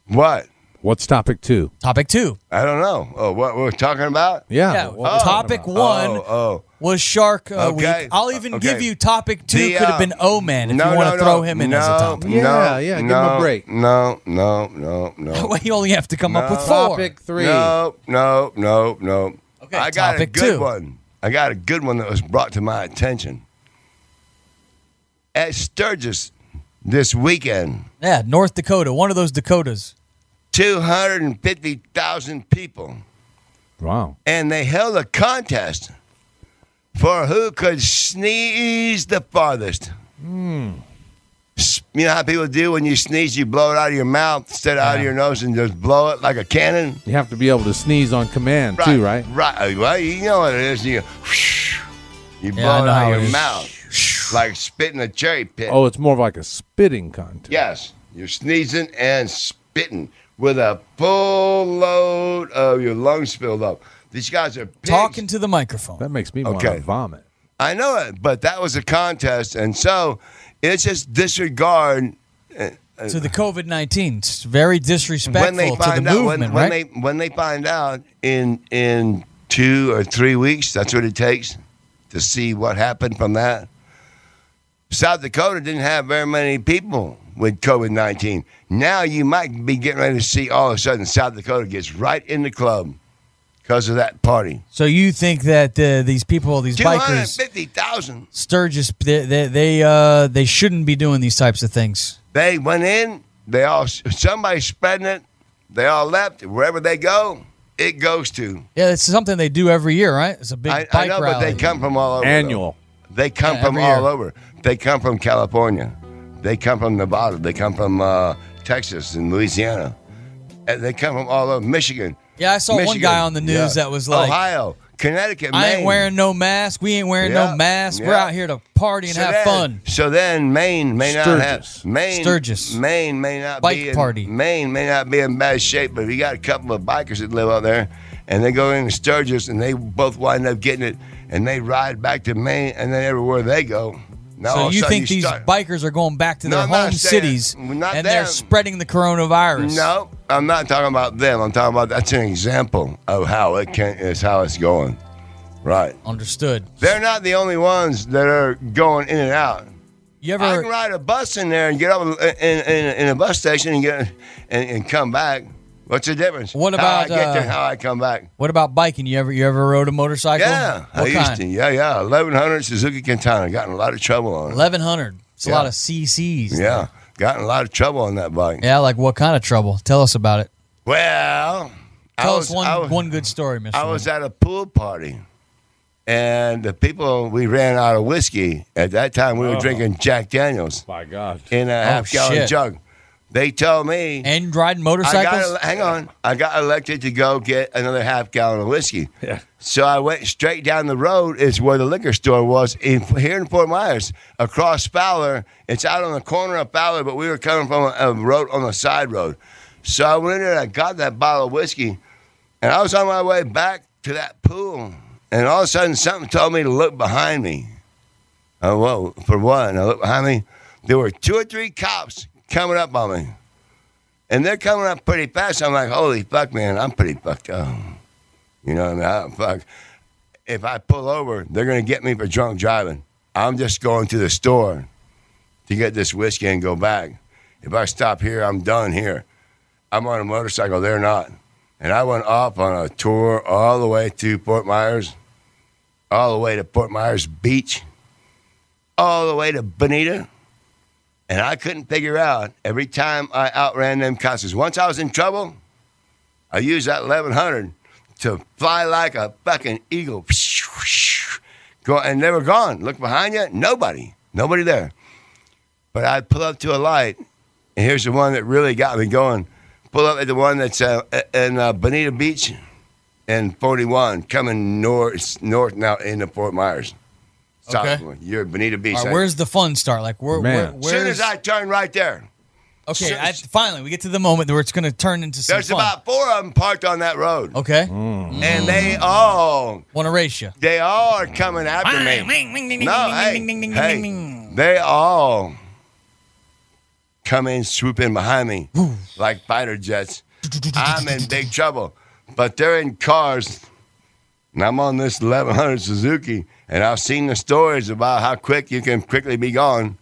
[SPEAKER 4] what?
[SPEAKER 5] What's topic two?
[SPEAKER 3] Topic two.
[SPEAKER 4] I don't know. Oh, what we're talking about?
[SPEAKER 5] Yeah.
[SPEAKER 3] Yeah.
[SPEAKER 5] what we're talking
[SPEAKER 3] topic
[SPEAKER 5] about.
[SPEAKER 3] one
[SPEAKER 4] Oh, oh.
[SPEAKER 3] was Shark uh,
[SPEAKER 4] Okay.
[SPEAKER 3] Week. I'll even
[SPEAKER 4] Okay.
[SPEAKER 3] give you topic two.
[SPEAKER 4] The,
[SPEAKER 3] Could have
[SPEAKER 4] uh,
[SPEAKER 3] been O Man if
[SPEAKER 4] no,
[SPEAKER 3] you want to
[SPEAKER 4] no,
[SPEAKER 3] throw
[SPEAKER 4] no,
[SPEAKER 3] him in
[SPEAKER 4] no,
[SPEAKER 3] as a topic.
[SPEAKER 5] Yeah,
[SPEAKER 4] no,
[SPEAKER 5] yeah, give him
[SPEAKER 4] no,
[SPEAKER 5] a break.
[SPEAKER 4] No, no, no, no.
[SPEAKER 3] Well, you only have to come up
[SPEAKER 4] No.
[SPEAKER 3] with four.
[SPEAKER 5] Topic three.
[SPEAKER 4] No, no, no, no.
[SPEAKER 3] Okay,
[SPEAKER 4] I got
[SPEAKER 3] topic
[SPEAKER 4] a good
[SPEAKER 3] two.
[SPEAKER 4] one. I got a good one that was brought to my attention. At Sturgis this weekend,
[SPEAKER 3] Yeah, North Dakota, one of those Dakotas.
[SPEAKER 4] 250,000 people,
[SPEAKER 5] Wow.
[SPEAKER 4] and they held a contest for who could sneeze the farthest.
[SPEAKER 3] Hmm.
[SPEAKER 4] S- You know how people do when you sneeze, you blow it out of your mouth instead of out of your nose and just blow it like a cannon?
[SPEAKER 5] You have to be able to sneeze on command too, right?
[SPEAKER 4] Right. Uh, Well, you know what it is. You, whoosh, you blow
[SPEAKER 3] Yeah, I
[SPEAKER 4] it
[SPEAKER 3] know
[SPEAKER 4] out
[SPEAKER 3] how
[SPEAKER 4] of
[SPEAKER 3] it
[SPEAKER 4] your
[SPEAKER 3] is.
[SPEAKER 4] mouth like spitting a cherry pit.
[SPEAKER 5] Oh, it's more of like a spitting contest.
[SPEAKER 4] Yes, you're sneezing and spitting with a full load of your lungs filled up. These guys are pigs.
[SPEAKER 3] Talking to the microphone.
[SPEAKER 5] That makes me
[SPEAKER 4] Okay.
[SPEAKER 5] want to vomit.
[SPEAKER 4] I know it, but that was a contest, and so it's just disregard
[SPEAKER 3] to the COVID 19. It's very disrespectful to the
[SPEAKER 4] out
[SPEAKER 3] movement,
[SPEAKER 4] when,
[SPEAKER 3] right?
[SPEAKER 4] when they when they find out in in two or three weeks that's what it takes to see what happened from that south dakota didn't have very many people with covid-19 now you might be getting ready to see all of a sudden south dakota gets right in the club because of that party
[SPEAKER 3] so you think that uh, these people, these bikers,
[SPEAKER 4] 250000
[SPEAKER 3] Sturgis, they they they, uh, they shouldn't be doing these types of things.
[SPEAKER 4] They went in. They all somebody spreading it. They all left. Wherever they go, it goes to.
[SPEAKER 3] Yeah, it's something they do every year, right? It's a big
[SPEAKER 4] I,
[SPEAKER 3] bike
[SPEAKER 4] I know,
[SPEAKER 3] rally.
[SPEAKER 4] but they come from all over. though.
[SPEAKER 5] Annual.
[SPEAKER 4] They come
[SPEAKER 3] Yeah,
[SPEAKER 4] from
[SPEAKER 3] every
[SPEAKER 4] all
[SPEAKER 3] year.
[SPEAKER 4] over. They come from California. They come from Nevada. They come from uh, Texas and Louisiana. And they come from all over Michigan.
[SPEAKER 3] yeah, I saw one
[SPEAKER 4] Michigan.
[SPEAKER 3] guy on the news
[SPEAKER 4] Yeah. Oh,
[SPEAKER 3] that was like,
[SPEAKER 4] Ohio, Connecticut,
[SPEAKER 3] "I ain't
[SPEAKER 4] Maine.
[SPEAKER 3] wearing no mask. We ain't wearing
[SPEAKER 4] Yeah,
[SPEAKER 3] no mask. We're
[SPEAKER 4] yeah.
[SPEAKER 3] out here to party and
[SPEAKER 4] So
[SPEAKER 3] have
[SPEAKER 4] then-
[SPEAKER 3] fun."
[SPEAKER 4] So then Maine may not
[SPEAKER 5] Sturgis.
[SPEAKER 4] have Maine
[SPEAKER 3] Sturgis.
[SPEAKER 4] Maine may not
[SPEAKER 3] Bike
[SPEAKER 4] be in,
[SPEAKER 3] party.
[SPEAKER 4] Maine may not be in bad shape, but if you got a couple of bikers that live out there and they go into Sturgis and they both wind up getting it and they ride back to Maine, and then everywhere they go. Now all
[SPEAKER 3] so
[SPEAKER 4] of a
[SPEAKER 3] you
[SPEAKER 4] sudden
[SPEAKER 3] think these
[SPEAKER 4] start-
[SPEAKER 3] bikers are going back to
[SPEAKER 4] No,
[SPEAKER 3] their
[SPEAKER 4] I'm not
[SPEAKER 3] home
[SPEAKER 4] saying-
[SPEAKER 3] cities
[SPEAKER 4] not
[SPEAKER 3] and they're
[SPEAKER 4] them.
[SPEAKER 3] spreading the coronavirus?
[SPEAKER 4] No, I'm not talking about them. I'm talking about that's an example of how it can is how it's going. Right.
[SPEAKER 3] Understood.
[SPEAKER 4] They're not the only ones that are going in and out.
[SPEAKER 3] You ever?
[SPEAKER 4] I can ride a bus in there and get up in, in, in a bus station and get and, and come back. What's the difference?
[SPEAKER 3] What
[SPEAKER 4] how I
[SPEAKER 3] about,
[SPEAKER 4] get there,
[SPEAKER 3] uh,
[SPEAKER 4] how I come back?
[SPEAKER 3] What about biking? You ever? You ever rode a motorcycle?
[SPEAKER 4] Yeah, I
[SPEAKER 3] What
[SPEAKER 4] used to.
[SPEAKER 3] kind?
[SPEAKER 4] Yeah, yeah. Eleven hundred Suzuki Quintana. Got in a lot of trouble on it.
[SPEAKER 3] Eleven hundred. It's a
[SPEAKER 4] Yeah.
[SPEAKER 3] lot of CCs.
[SPEAKER 4] Yeah, got in a lot of trouble on that bike.
[SPEAKER 3] Yeah, like what kind of trouble? Tell us about it.
[SPEAKER 4] Well,
[SPEAKER 3] Tell
[SPEAKER 4] I was,
[SPEAKER 3] us one
[SPEAKER 4] I was-
[SPEAKER 3] one good story, Mister.
[SPEAKER 4] I was at a pool party, and the people we ran out of whiskey at that time. We were drinking Jack Daniels
[SPEAKER 9] My God.
[SPEAKER 4] in a half gallon
[SPEAKER 3] Oh, shit.
[SPEAKER 4] jug. They told me
[SPEAKER 3] and riding
[SPEAKER 4] I
[SPEAKER 3] motorcycles.
[SPEAKER 4] got hang on. I got elected to go get another half gallon of whiskey.
[SPEAKER 9] Yeah.
[SPEAKER 4] So I went straight down the road. Is where the liquor store was in here in Fort Myers, across Fowler. It's out on the corner of Fowler, but we were coming from a, a road on the side road. So I went in and I got that bottle of whiskey, and I was on my way back to that pool, and all of a sudden something told me to look behind me. Oh, whoa! For what? And I looked behind me. There were two or three cops coming up on me. And they're coming up pretty fast. I'm like, holy fuck, man, I'm pretty fucked up. You know what I mean? I don't fuck. If I pull over, they're going to get me for drunk driving. I'm just going to the store to get this whiskey and go back. If I stop here, I'm done here. I'm on a motorcycle, they're not. And I went off on a tour all the way to Fort Myers, all the way to Fort Myers Beach, all the way to Bonita. And I couldn't figure out every time I outran them cops. Once I was in trouble, I used that 1100 to fly like a fucking eagle. Go, and they were gone. Look behind you, nobody, nobody there. But I pull up to a light, and here's the one that really got me going. Pull up at the one that's uh, in uh, Bonita Beach and 41, coming north, north now into Fort Myers. South
[SPEAKER 3] Okay.
[SPEAKER 4] one. You're at Bonita Beach.
[SPEAKER 3] All right,
[SPEAKER 4] I-
[SPEAKER 3] where's the fun start? Like where? Where?
[SPEAKER 5] Man.
[SPEAKER 4] as soon
[SPEAKER 3] Where's,
[SPEAKER 4] as I turn right there,
[SPEAKER 3] okay,
[SPEAKER 4] soon
[SPEAKER 3] I,
[SPEAKER 4] as-
[SPEAKER 3] finally we get to the moment where it's going to turn into some
[SPEAKER 4] there's
[SPEAKER 3] fun. Oh.
[SPEAKER 4] about four of them parked on that road,
[SPEAKER 3] okay,
[SPEAKER 4] and they all
[SPEAKER 3] want to race you.
[SPEAKER 4] they all are coming after me. No, hey, hey, they all come in, swoop in behind me like fighter jets. I'm in big trouble, but they're in cars, and I'm on this 1100 Suzuki, and I've seen the stories about how quick you can quickly be gone,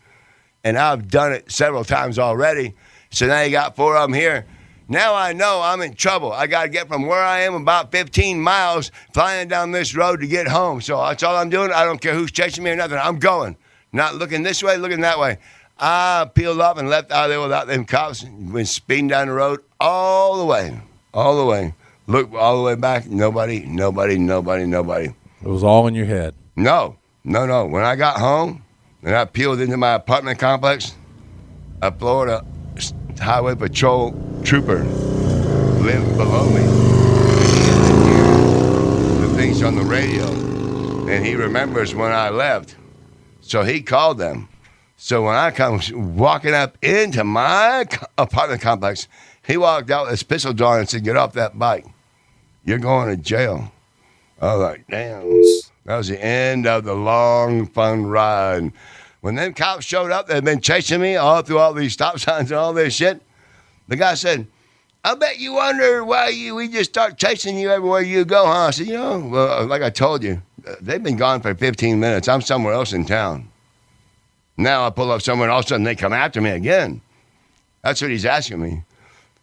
[SPEAKER 4] and I've done it several times already. So now you got four of them here. Now I know I'm in trouble. I got to get from where I am about 15 miles flying down this road to get home. So that's all I'm doing. I don't care who's chasing me or nothing. I'm going. Not looking this way, looking that way. I peeled off and left out of there without them cops. Went speeding down the road all the way, all the way. Look all the way back. Nobody, nobody, nobody, nobody.
[SPEAKER 5] It was all in your head.
[SPEAKER 4] No, no, no. When I got home and I peeled into my apartment complex, a Florida Highway Patrol trooper lived below me. The things on the radio, and he remembers when I left, so he called them. So when I come walking up into my co- apartment complex, he walked out with his pistol drawn and said, "Get off that bike. You're going to jail." I was like, damn. That was the end of the long, fun ride. When them cops showed up, they'd been chasing me all through all these stop signs and all this shit. The guy said, I bet you wonder why you we just start chasing you everywhere you go, huh? I said, you know, well, like I told you, uh, they've been gone for 15 minutes. I'm somewhere else in town. Now I pull up somewhere and all of a sudden they come after me again. That's what he's asking me.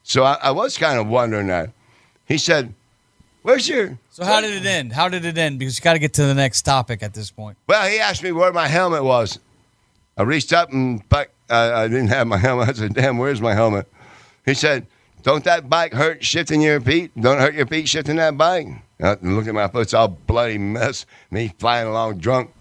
[SPEAKER 4] So I, I was kind of wondering that. He said, Where's your
[SPEAKER 3] So how did it end? How did it end? Because you got to get to the next topic at this point.
[SPEAKER 4] Well, he asked me where my helmet was. I reached up and fuck, I, I didn't have my helmet. I said, "Damn, where's my helmet?" He said, "Don't that bike hurt shifting your feet? Don't it hurt your feet shifting that bike." I look at my foot; it's all bloody mess. Me flying along drunk.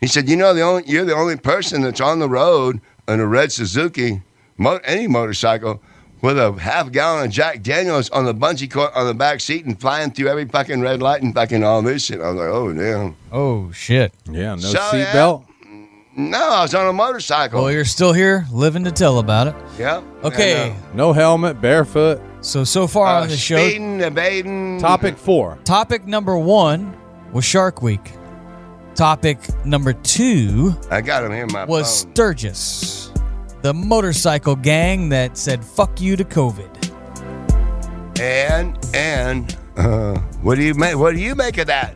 [SPEAKER 4] He said, "You know, the only you're the only person that's on the road in a red Suzuki, mo- any motorcycle, with a half gallon of Jack Daniels on the bungee cord on the back seat and flying through every fucking red light and fucking all this shit." I was like, "Oh damn."
[SPEAKER 3] Oh shit!
[SPEAKER 5] Yeah, no
[SPEAKER 4] So, yeah.
[SPEAKER 5] seatbelt.
[SPEAKER 4] No, I was on a motorcycle.
[SPEAKER 3] Well, you're still here, living to tell about it.
[SPEAKER 4] yeah.
[SPEAKER 3] Okay,
[SPEAKER 5] No helmet, barefoot.
[SPEAKER 3] so so far
[SPEAKER 4] Uh,
[SPEAKER 3] on the show,
[SPEAKER 4] Speeding, evading.
[SPEAKER 5] Topic four.
[SPEAKER 3] topic number one was Shark Week. Topic number two
[SPEAKER 4] I got him here in my
[SPEAKER 3] was
[SPEAKER 4] phone.
[SPEAKER 3] Sturgis, the motorcycle gang that said "fuck you" to COVID.
[SPEAKER 4] and and uh, what do you make? What do you make of that?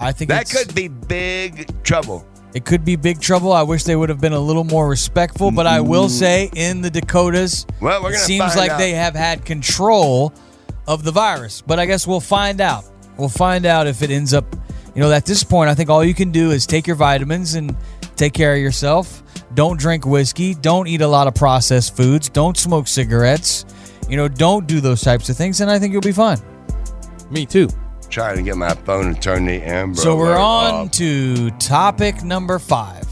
[SPEAKER 3] I think
[SPEAKER 4] That
[SPEAKER 3] it's-
[SPEAKER 4] could be big trouble.
[SPEAKER 3] It could be big trouble. I wish they would have been a little more respectful, but I will say in the Dakotas,
[SPEAKER 4] Well, we're
[SPEAKER 3] it
[SPEAKER 4] gonna
[SPEAKER 3] seems
[SPEAKER 4] find
[SPEAKER 3] like
[SPEAKER 4] out.
[SPEAKER 3] they have had control of the virus. But I guess we'll find out. We'll find out if it ends up, you know, at this point, I think all you can do is take your vitamins and take care of yourself. Don't drink whiskey. Don't eat a lot of processed foods. Don't smoke cigarettes. You know, don't do those types of things, and I think you'll be fine.
[SPEAKER 5] Me too.
[SPEAKER 4] Trying to get my phone to turn the amber.
[SPEAKER 3] so we're
[SPEAKER 4] alert
[SPEAKER 3] on
[SPEAKER 4] off.
[SPEAKER 3] to topic number five.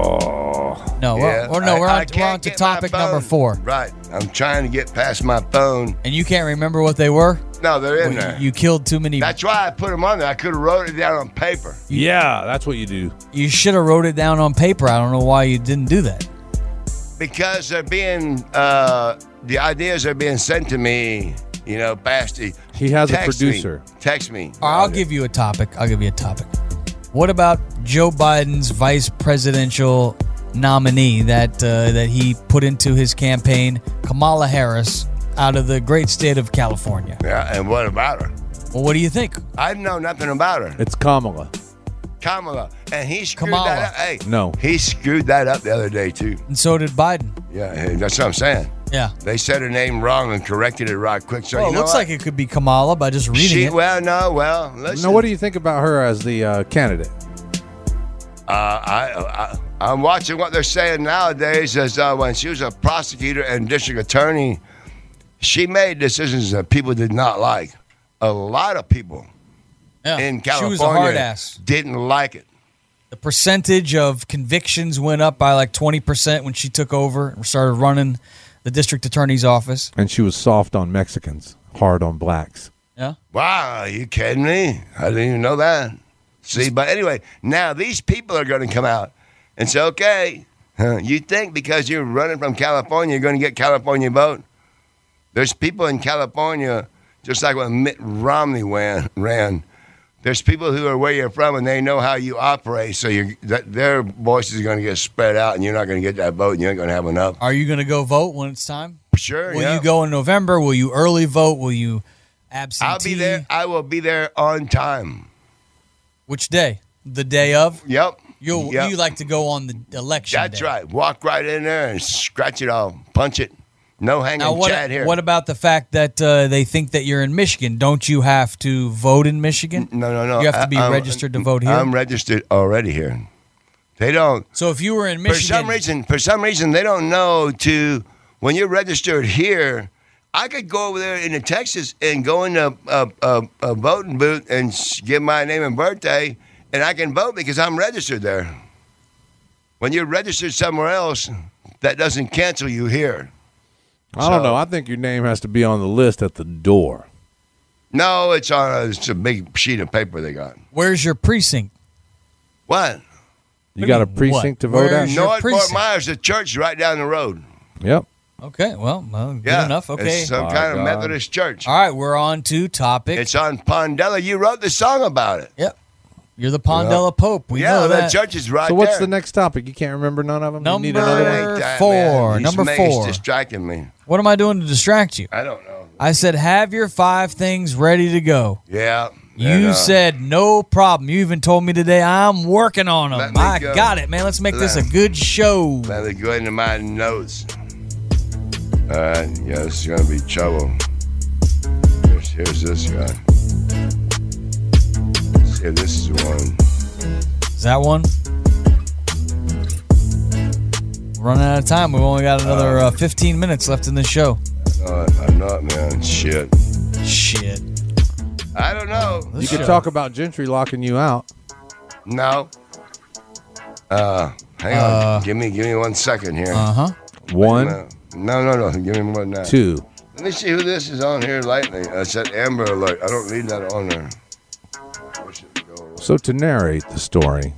[SPEAKER 4] Oh.
[SPEAKER 3] No, we're-
[SPEAKER 4] Yeah,
[SPEAKER 3] we're- no,
[SPEAKER 4] I-
[SPEAKER 3] we're
[SPEAKER 4] I
[SPEAKER 3] on- we're
[SPEAKER 4] can't
[SPEAKER 3] on to
[SPEAKER 4] get my
[SPEAKER 3] topic number
[SPEAKER 4] phone.
[SPEAKER 3] four.
[SPEAKER 4] Right. I'm trying to get past my phone.
[SPEAKER 3] And you can't remember what they were?
[SPEAKER 4] No, they're in
[SPEAKER 3] Well,
[SPEAKER 4] there.
[SPEAKER 3] you, you killed too many.
[SPEAKER 4] That's why I put them on there. I could have wrote it down on paper.
[SPEAKER 5] Yeah, that's what you do.
[SPEAKER 3] you should have wrote it down on paper. I don't know why you didn't do that.
[SPEAKER 4] because they're being uh, the ideas are being sent to me. You know, Basti.
[SPEAKER 5] He has a
[SPEAKER 4] Text me.
[SPEAKER 5] producer.
[SPEAKER 4] text me.
[SPEAKER 3] All right, I'll give you a topic. I'll give you a topic. What about Joe Biden's vice presidential nominee that uh, that he put into his campaign, Kamala Harris, out of the great state of California?
[SPEAKER 4] Yeah, and what about her?
[SPEAKER 3] Well, what do you think?
[SPEAKER 4] I know nothing about her.
[SPEAKER 5] It's Kamala.
[SPEAKER 4] Kamala, and he screwed
[SPEAKER 3] Kamala.
[SPEAKER 4] that up. Hey,
[SPEAKER 5] No.
[SPEAKER 4] he screwed that up the other day too.
[SPEAKER 3] And so did Biden.
[SPEAKER 4] Yeah, hey, that's what I'm saying.
[SPEAKER 3] Yeah.
[SPEAKER 4] They said her name wrong and corrected it right quick. So
[SPEAKER 3] Well,
[SPEAKER 4] you
[SPEAKER 3] it
[SPEAKER 4] know
[SPEAKER 3] looks
[SPEAKER 4] what?
[SPEAKER 3] like it could be Kamala by just reading
[SPEAKER 4] she.
[SPEAKER 3] it.
[SPEAKER 4] Well, no, well, listen.
[SPEAKER 5] Now, what do you think about her as the uh, candidate?
[SPEAKER 4] Uh, I, I, I'm watching what they're saying nowadays. As uh, when she was a prosecutor and district attorney, she made decisions that people did not like. A lot of people
[SPEAKER 3] Yeah.
[SPEAKER 4] in
[SPEAKER 3] she
[SPEAKER 4] California
[SPEAKER 3] was a hard ass.
[SPEAKER 4] didn't like it.
[SPEAKER 3] The percentage of convictions went up by like 20% when she took over and started running the district attorney's office.
[SPEAKER 5] And she was soft on Mexicans, hard on blacks.
[SPEAKER 3] Yeah.
[SPEAKER 4] Wow, are you kidding me? I didn't even know that. See, but anyway, now these people are going to come out and say, okay, huh, you think because you're running from California, you're going to get California vote? There's people in California, just like when Mitt Romney ran, ran there's people who are where you're from and they know how you operate, so you're, that, their voices are going to get spread out and you're not going to get that vote and you ain't going to have enough.
[SPEAKER 3] Are you going to go vote when it's time?
[SPEAKER 4] Sure,
[SPEAKER 3] Will
[SPEAKER 4] yeah.
[SPEAKER 3] you go in November? Will you early vote? Will you absentee?
[SPEAKER 4] I'll be there. I will be there on time.
[SPEAKER 3] Which day? The day of?
[SPEAKER 4] Yep.
[SPEAKER 3] You'll,
[SPEAKER 4] Yep.
[SPEAKER 3] You like to go on the election
[SPEAKER 4] That's
[SPEAKER 3] day.
[SPEAKER 4] right. Walk right in there and scratch it off. Punch it. No hanging
[SPEAKER 3] Now, what,
[SPEAKER 4] chat here.
[SPEAKER 3] what about the fact that uh, they think that you're in Michigan? Don't you have to vote in Michigan?
[SPEAKER 4] no, no, no.
[SPEAKER 3] You have to be
[SPEAKER 4] I'm-
[SPEAKER 3] registered to vote here?
[SPEAKER 4] I'm registered already here. They don't.
[SPEAKER 3] so if you were in Michigan,
[SPEAKER 4] For some reason, for some reason, they don't know to when you're registered here. I could go over there into Texas and go in a, a, a, a voting booth and s- give my name and birthday, and I can vote because I'm registered there. When you're registered somewhere else, that doesn't cancel you here.
[SPEAKER 5] I don't
[SPEAKER 4] So-
[SPEAKER 5] know. I think your name has to be on the list at the door.
[SPEAKER 4] No, it's on. A, it's a big sheet of paper they got.
[SPEAKER 3] where's your precinct?
[SPEAKER 4] What?
[SPEAKER 5] You
[SPEAKER 3] What do
[SPEAKER 5] got
[SPEAKER 3] you
[SPEAKER 5] a
[SPEAKER 3] mean,
[SPEAKER 5] precinct
[SPEAKER 3] what?
[SPEAKER 5] to vote
[SPEAKER 3] Where's
[SPEAKER 5] at?
[SPEAKER 3] your
[SPEAKER 4] North Fort
[SPEAKER 3] precinct?
[SPEAKER 4] Myers, the church right down the road.
[SPEAKER 5] Yep.
[SPEAKER 3] Okay, well, well good
[SPEAKER 4] Yeah,
[SPEAKER 3] enough. Okay.
[SPEAKER 4] it's some
[SPEAKER 5] My
[SPEAKER 4] kind of
[SPEAKER 5] God.
[SPEAKER 4] Methodist church.
[SPEAKER 3] All right, we're on to topic.
[SPEAKER 4] It's on Pondella. You wrote the song about it.
[SPEAKER 3] yep. You're the Pondella Pope. We
[SPEAKER 4] yeah,
[SPEAKER 3] know
[SPEAKER 4] that.
[SPEAKER 3] that.
[SPEAKER 4] church is right
[SPEAKER 5] So what's
[SPEAKER 4] there.
[SPEAKER 5] the next topic? You can't remember none of them. You need another
[SPEAKER 4] It
[SPEAKER 5] one.
[SPEAKER 4] ain't that,
[SPEAKER 3] Four,
[SPEAKER 4] man. These
[SPEAKER 3] number
[SPEAKER 4] mates
[SPEAKER 3] four.
[SPEAKER 4] distracting me.
[SPEAKER 3] What am I doing to distract you?
[SPEAKER 4] I don't know.
[SPEAKER 3] I said, have your five things ready to go.
[SPEAKER 4] Yeah.
[SPEAKER 3] You
[SPEAKER 4] and, uh,
[SPEAKER 3] said no problem. You even told me today I'm working on
[SPEAKER 4] Let
[SPEAKER 3] them.
[SPEAKER 4] me
[SPEAKER 3] I
[SPEAKER 4] go.
[SPEAKER 3] got it, man. Let's make this a
[SPEAKER 4] Let-
[SPEAKER 3] good show.
[SPEAKER 4] Let me go into my notes. All right. Yeah, this is going to be trouble. Here's, here's this guy. See, this is one.
[SPEAKER 3] Is that one? Running out of time. We've only got another uh, 15 minutes left in this show.
[SPEAKER 4] No, Uh, I'm not, man. Shit.
[SPEAKER 3] Shit.
[SPEAKER 4] I don't know.
[SPEAKER 3] This
[SPEAKER 5] You could
[SPEAKER 3] show-
[SPEAKER 5] talk about Gentry locking you out.
[SPEAKER 4] No. Uh, hang
[SPEAKER 3] Uh,
[SPEAKER 4] on. Give me, give me one second here.
[SPEAKER 3] Uh-huh.
[SPEAKER 5] One,
[SPEAKER 4] no, no, no, no. Give me more than that.
[SPEAKER 5] uh, two.
[SPEAKER 4] Let me see who this is on here lightly. Uh, it's that Amber Alert. I don't need that on there. Wish it would go away.
[SPEAKER 5] So to narrate the story,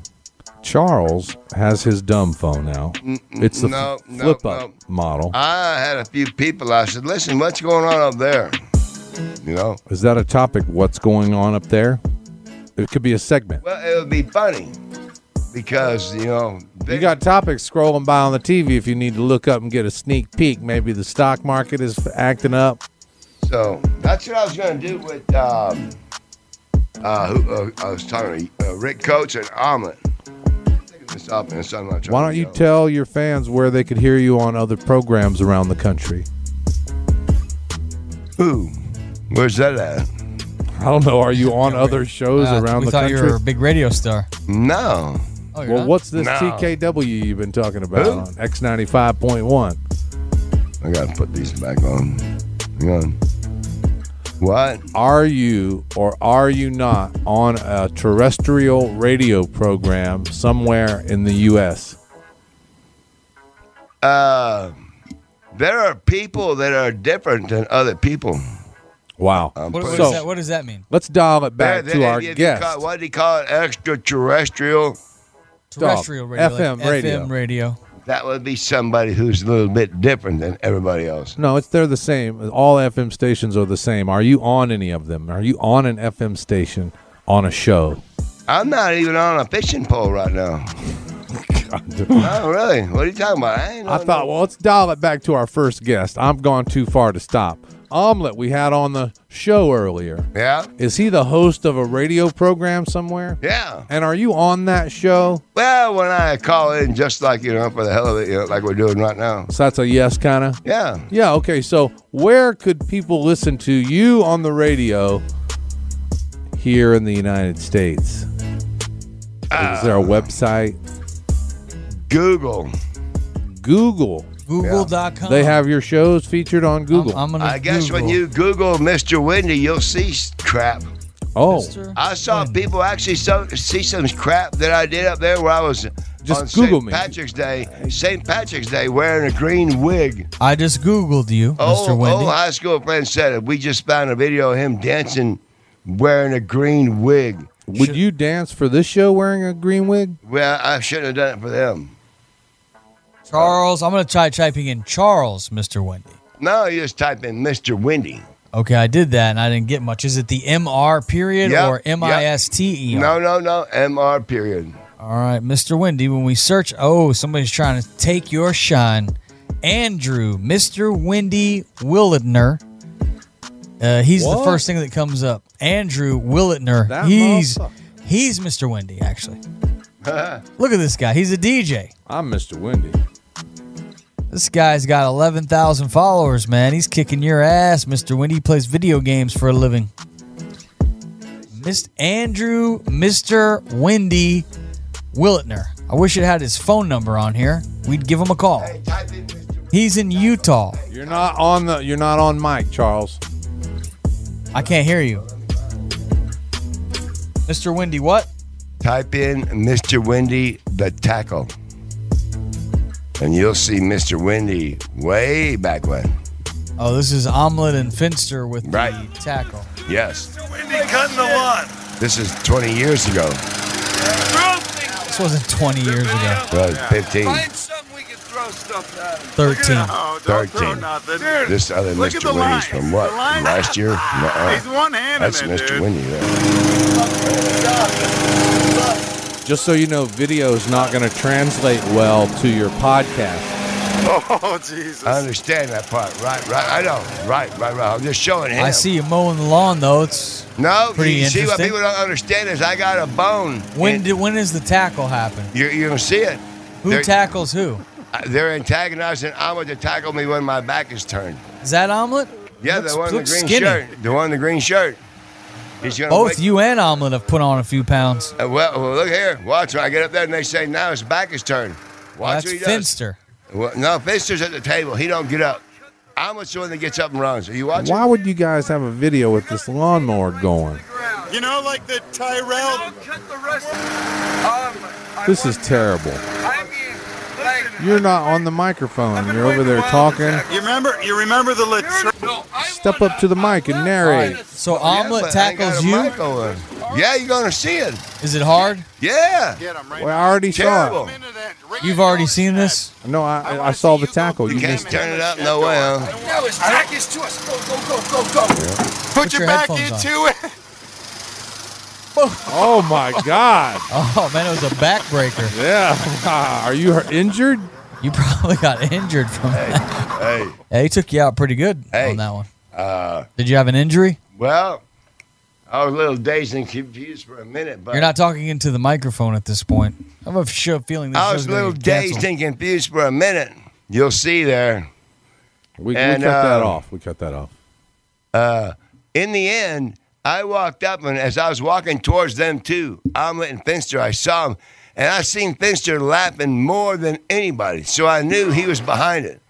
[SPEAKER 5] Charles has his dumb phone now. It's the
[SPEAKER 4] no,
[SPEAKER 5] f-
[SPEAKER 4] no,
[SPEAKER 5] flip up
[SPEAKER 4] no. Uh,
[SPEAKER 5] model.
[SPEAKER 4] I had a few people. I said, "Listen, what's going on up there?" You know,
[SPEAKER 5] Is that a topic? What's going on up there? It could be a segment.
[SPEAKER 4] Well, it would be funny because you know they,
[SPEAKER 5] You got topics scrolling by on the TV if you need to look up and get a sneak peek. Maybe the stock market is acting up.
[SPEAKER 4] So that's what I was going to do with. Um, uh, who, uh, I was talking to uh, Rick Coates and Ahmed. Taking this up, and so I'm not trying
[SPEAKER 5] Why don't
[SPEAKER 4] to
[SPEAKER 5] you
[SPEAKER 4] go.
[SPEAKER 5] tell your fans where they could hear you on other programs around the country?
[SPEAKER 4] Ooh, where's that at?
[SPEAKER 5] I don't know. Are you on other shows
[SPEAKER 3] Uh,
[SPEAKER 5] around
[SPEAKER 3] we
[SPEAKER 5] the
[SPEAKER 3] thought
[SPEAKER 5] country?
[SPEAKER 3] you were a big radio star.
[SPEAKER 4] No.
[SPEAKER 3] Oh, you're
[SPEAKER 5] well,
[SPEAKER 3] not?
[SPEAKER 5] what's this
[SPEAKER 4] No.
[SPEAKER 5] TKW you've been talking about
[SPEAKER 4] Who?
[SPEAKER 5] on X95.1?
[SPEAKER 4] I gotta put these back on. Hang on. What?
[SPEAKER 5] Are you or are you not on a terrestrial radio program somewhere in the U.S.?
[SPEAKER 4] Uh, there are people that are different than other people.
[SPEAKER 5] Wow.
[SPEAKER 3] What, what,
[SPEAKER 5] so
[SPEAKER 3] does that, what does that mean?
[SPEAKER 5] let's dial it back
[SPEAKER 4] There-
[SPEAKER 5] to
[SPEAKER 4] there-
[SPEAKER 5] our
[SPEAKER 4] if you
[SPEAKER 5] guest.
[SPEAKER 4] call- what do you call it? Extraterrestrial?
[SPEAKER 3] Terrestrial radio, like
[SPEAKER 5] FM radio.
[SPEAKER 3] FM radio.
[SPEAKER 4] That would be somebody who's a little bit different than everybody else.
[SPEAKER 5] No, it's they're the same. All FM stations are the same. Are you on any of them? Are you on an FM station on a show?
[SPEAKER 4] I'm not even on a fishing pole right now. Oh, really? What are you talking about? I, ain't
[SPEAKER 5] I
[SPEAKER 4] on
[SPEAKER 5] thought, well, let's dial it back to our first guest. I've gone too far to stop. Omelet, we had on the show earlier.
[SPEAKER 4] no- Yeah?
[SPEAKER 5] Is he the host of a radio program somewhere?
[SPEAKER 4] Yeah.
[SPEAKER 5] And are you on that show?
[SPEAKER 4] Well, when I call in, just like, you know, for the hell of it, you know, like we're doing right now.
[SPEAKER 5] So that's a yes, kind of.
[SPEAKER 4] Yeah.
[SPEAKER 5] Yeah, okay. So where could people listen to you on the radio here in the United States? Is
[SPEAKER 3] Ah.
[SPEAKER 5] there a website?
[SPEAKER 4] Google.
[SPEAKER 5] Google.
[SPEAKER 3] Google.com.
[SPEAKER 5] They have your shows featured on Google.
[SPEAKER 3] Uh-huh. I'm, I'm gonna
[SPEAKER 4] I guess
[SPEAKER 3] Google.
[SPEAKER 4] when you Google Mr. Windy, you'll see s- crap.
[SPEAKER 5] oh,
[SPEAKER 3] Mister-
[SPEAKER 4] I saw people actually so, see some crap that I did up there where I was
[SPEAKER 5] Just
[SPEAKER 4] on
[SPEAKER 5] Google
[SPEAKER 4] St.
[SPEAKER 5] me.
[SPEAKER 4] Patrick's Day, St. Patrick's Day, wearing a green wig.
[SPEAKER 3] I just Googled you,
[SPEAKER 4] Oh,
[SPEAKER 3] Mr. Wendy.
[SPEAKER 4] old high school friend said it. We just found a video of him dancing wearing a green wig.
[SPEAKER 5] would you dance for this show wearing a green wig?
[SPEAKER 4] Well, I shouldn't have done it for them.
[SPEAKER 3] Charles, I'm gonna try typing in Charles, Mr. Wendy.
[SPEAKER 4] No, you just type in Mr. Windy.
[SPEAKER 3] Okay, I did that and I didn't get much. Is it the MR period
[SPEAKER 4] Yep,
[SPEAKER 3] or
[SPEAKER 4] yep.
[SPEAKER 3] M I S T E?
[SPEAKER 4] No, no, no. MR period.
[SPEAKER 3] All right, Mr. Wendy, when we search, oh, somebody's trying to take your shine. Andrew, Mr. Wendy Willitner. Uh, he's the
[SPEAKER 5] What?
[SPEAKER 3] first thing that comes up. Andrew Willitner.
[SPEAKER 5] That
[SPEAKER 3] he's
[SPEAKER 5] motherfucker.
[SPEAKER 3] he's Mr. Wendy, actually. Look at this guy. He's a DJ.
[SPEAKER 5] I'm Mr. Windy.
[SPEAKER 3] This guy's got 11,000 followers, man. He's kicking your ass, Mr. Wendy. He plays video games for a living. Mr. Andrew, Mr. Wendy Willitner. I wish it had his phone number on here. We'd give him a call.
[SPEAKER 4] Hey, type in Mr.
[SPEAKER 3] He's in Utah.
[SPEAKER 5] You're not on the. You're not on mic, Charles.
[SPEAKER 3] I can't hear you. Mr. Wendy, what?
[SPEAKER 4] Type in Mr. Windy the tackle. And you'll see Mr. Windy way back when.
[SPEAKER 3] Oh, this is Omelet and Finster with the
[SPEAKER 4] Right.
[SPEAKER 3] tackle.
[SPEAKER 4] Yes.
[SPEAKER 10] Windy cutting the lawn.
[SPEAKER 4] This is 20 years ago.
[SPEAKER 10] Throw things.
[SPEAKER 3] This wasn't 20 years ago,
[SPEAKER 4] Well, 15.
[SPEAKER 10] Find something we can throw stuff at.
[SPEAKER 3] 13.
[SPEAKER 8] No, don't throw
[SPEAKER 4] 13.
[SPEAKER 8] nothing.
[SPEAKER 4] This other
[SPEAKER 8] Look at
[SPEAKER 4] Mr.
[SPEAKER 8] the
[SPEAKER 4] Windy's
[SPEAKER 8] line.
[SPEAKER 4] from what?
[SPEAKER 8] The line-
[SPEAKER 4] From last year? Nuh-uh.
[SPEAKER 8] He's one hand
[SPEAKER 4] That's
[SPEAKER 8] in it,
[SPEAKER 4] Mr.
[SPEAKER 8] dude.
[SPEAKER 4] Windy there.
[SPEAKER 5] Just so you know, video's not going to translate well to your podcast.
[SPEAKER 8] Oh, Jesus.
[SPEAKER 4] I understand that part. Right, right. I know. Right, right, right. I'm just showing him.
[SPEAKER 3] I see you mowing the lawn, though. It's
[SPEAKER 4] No,
[SPEAKER 3] Pretty
[SPEAKER 4] you see what
[SPEAKER 3] interesting.
[SPEAKER 4] people don't understand is I got a bone.
[SPEAKER 3] when
[SPEAKER 4] And
[SPEAKER 3] did, when does the tackle happen?
[SPEAKER 4] you're, you're gonna see it?
[SPEAKER 3] Who
[SPEAKER 4] There-
[SPEAKER 3] tackles who?
[SPEAKER 4] Uh, They're antagonizing Alma to tackle me when my back is turned.
[SPEAKER 3] Is that omelet?
[SPEAKER 4] Yeah,
[SPEAKER 3] Looks-
[SPEAKER 4] the one in the
[SPEAKER 3] looks
[SPEAKER 4] green
[SPEAKER 3] skinny.
[SPEAKER 4] shirt. The one in the green shirt. He's gonna
[SPEAKER 3] Both
[SPEAKER 4] wake-
[SPEAKER 3] you and omelet have put on a few pounds.
[SPEAKER 4] Uh, well, well, look here. Watch when I get up there and they say now his back is turned. Watch
[SPEAKER 3] That's
[SPEAKER 4] what he does.
[SPEAKER 3] Finster.
[SPEAKER 4] Well, no, Finster's at the table. He don't get up. I'm the one that gets up and runs. Are you watching?
[SPEAKER 5] Why would you guys have a video with this lawnmower going?
[SPEAKER 10] You know, like the Tyrell. Don't cut the rest. Um, I
[SPEAKER 5] This is
[SPEAKER 10] want-
[SPEAKER 5] terrible.
[SPEAKER 10] I mean, like.
[SPEAKER 5] You're not on the microphone. You're over there talking.
[SPEAKER 10] You remember? You remember the lit- no, I
[SPEAKER 5] Step
[SPEAKER 10] wanna-
[SPEAKER 5] up to the mic and narrate.
[SPEAKER 3] So
[SPEAKER 4] Oh, Yeah,
[SPEAKER 3] omelet
[SPEAKER 4] but I ain't got
[SPEAKER 3] tackles
[SPEAKER 4] a
[SPEAKER 3] you.
[SPEAKER 4] mic on. Yeah, you're gonna see it.
[SPEAKER 3] Is it hard?
[SPEAKER 4] Yeah.
[SPEAKER 10] Get him right.
[SPEAKER 5] Well, I already saw
[SPEAKER 4] Terrible.
[SPEAKER 5] it.
[SPEAKER 3] You've already seen this.
[SPEAKER 5] No, I, I saw the tackle.
[SPEAKER 4] You
[SPEAKER 5] You
[SPEAKER 4] can't
[SPEAKER 5] missed it.
[SPEAKER 4] turn it up no way. huh?
[SPEAKER 10] Now his back is to us. Go, go, go, go, go. Put,
[SPEAKER 3] your
[SPEAKER 10] your, back
[SPEAKER 3] headphones
[SPEAKER 10] into it.
[SPEAKER 5] Oh my God!
[SPEAKER 3] Oh man, it was a backbreaker.
[SPEAKER 5] Yeah. Are you injured?
[SPEAKER 3] You probably got injured from that.
[SPEAKER 4] Hey,
[SPEAKER 3] Yeah, he took you out pretty good
[SPEAKER 4] Hey.
[SPEAKER 3] on that one.
[SPEAKER 4] uh,
[SPEAKER 3] Did you have an injury?
[SPEAKER 4] well, I was a little dazed and confused for a minute, but
[SPEAKER 3] You're not talking into the microphone at this point. I have a sh- feeling this
[SPEAKER 4] I
[SPEAKER 3] show's
[SPEAKER 4] was a
[SPEAKER 3] gonna
[SPEAKER 4] little
[SPEAKER 3] get canceled.
[SPEAKER 4] dazed and confused for a minute. You'll see there.
[SPEAKER 5] We,
[SPEAKER 4] And,
[SPEAKER 5] we cut that
[SPEAKER 4] uh,
[SPEAKER 5] off. We cut that off.
[SPEAKER 4] Uh, in the end, I walked up, and as I was walking towards them too, Omelet and Finster, I saw him, and I seen Finster laughing more than anybody, so I knew he was behind it.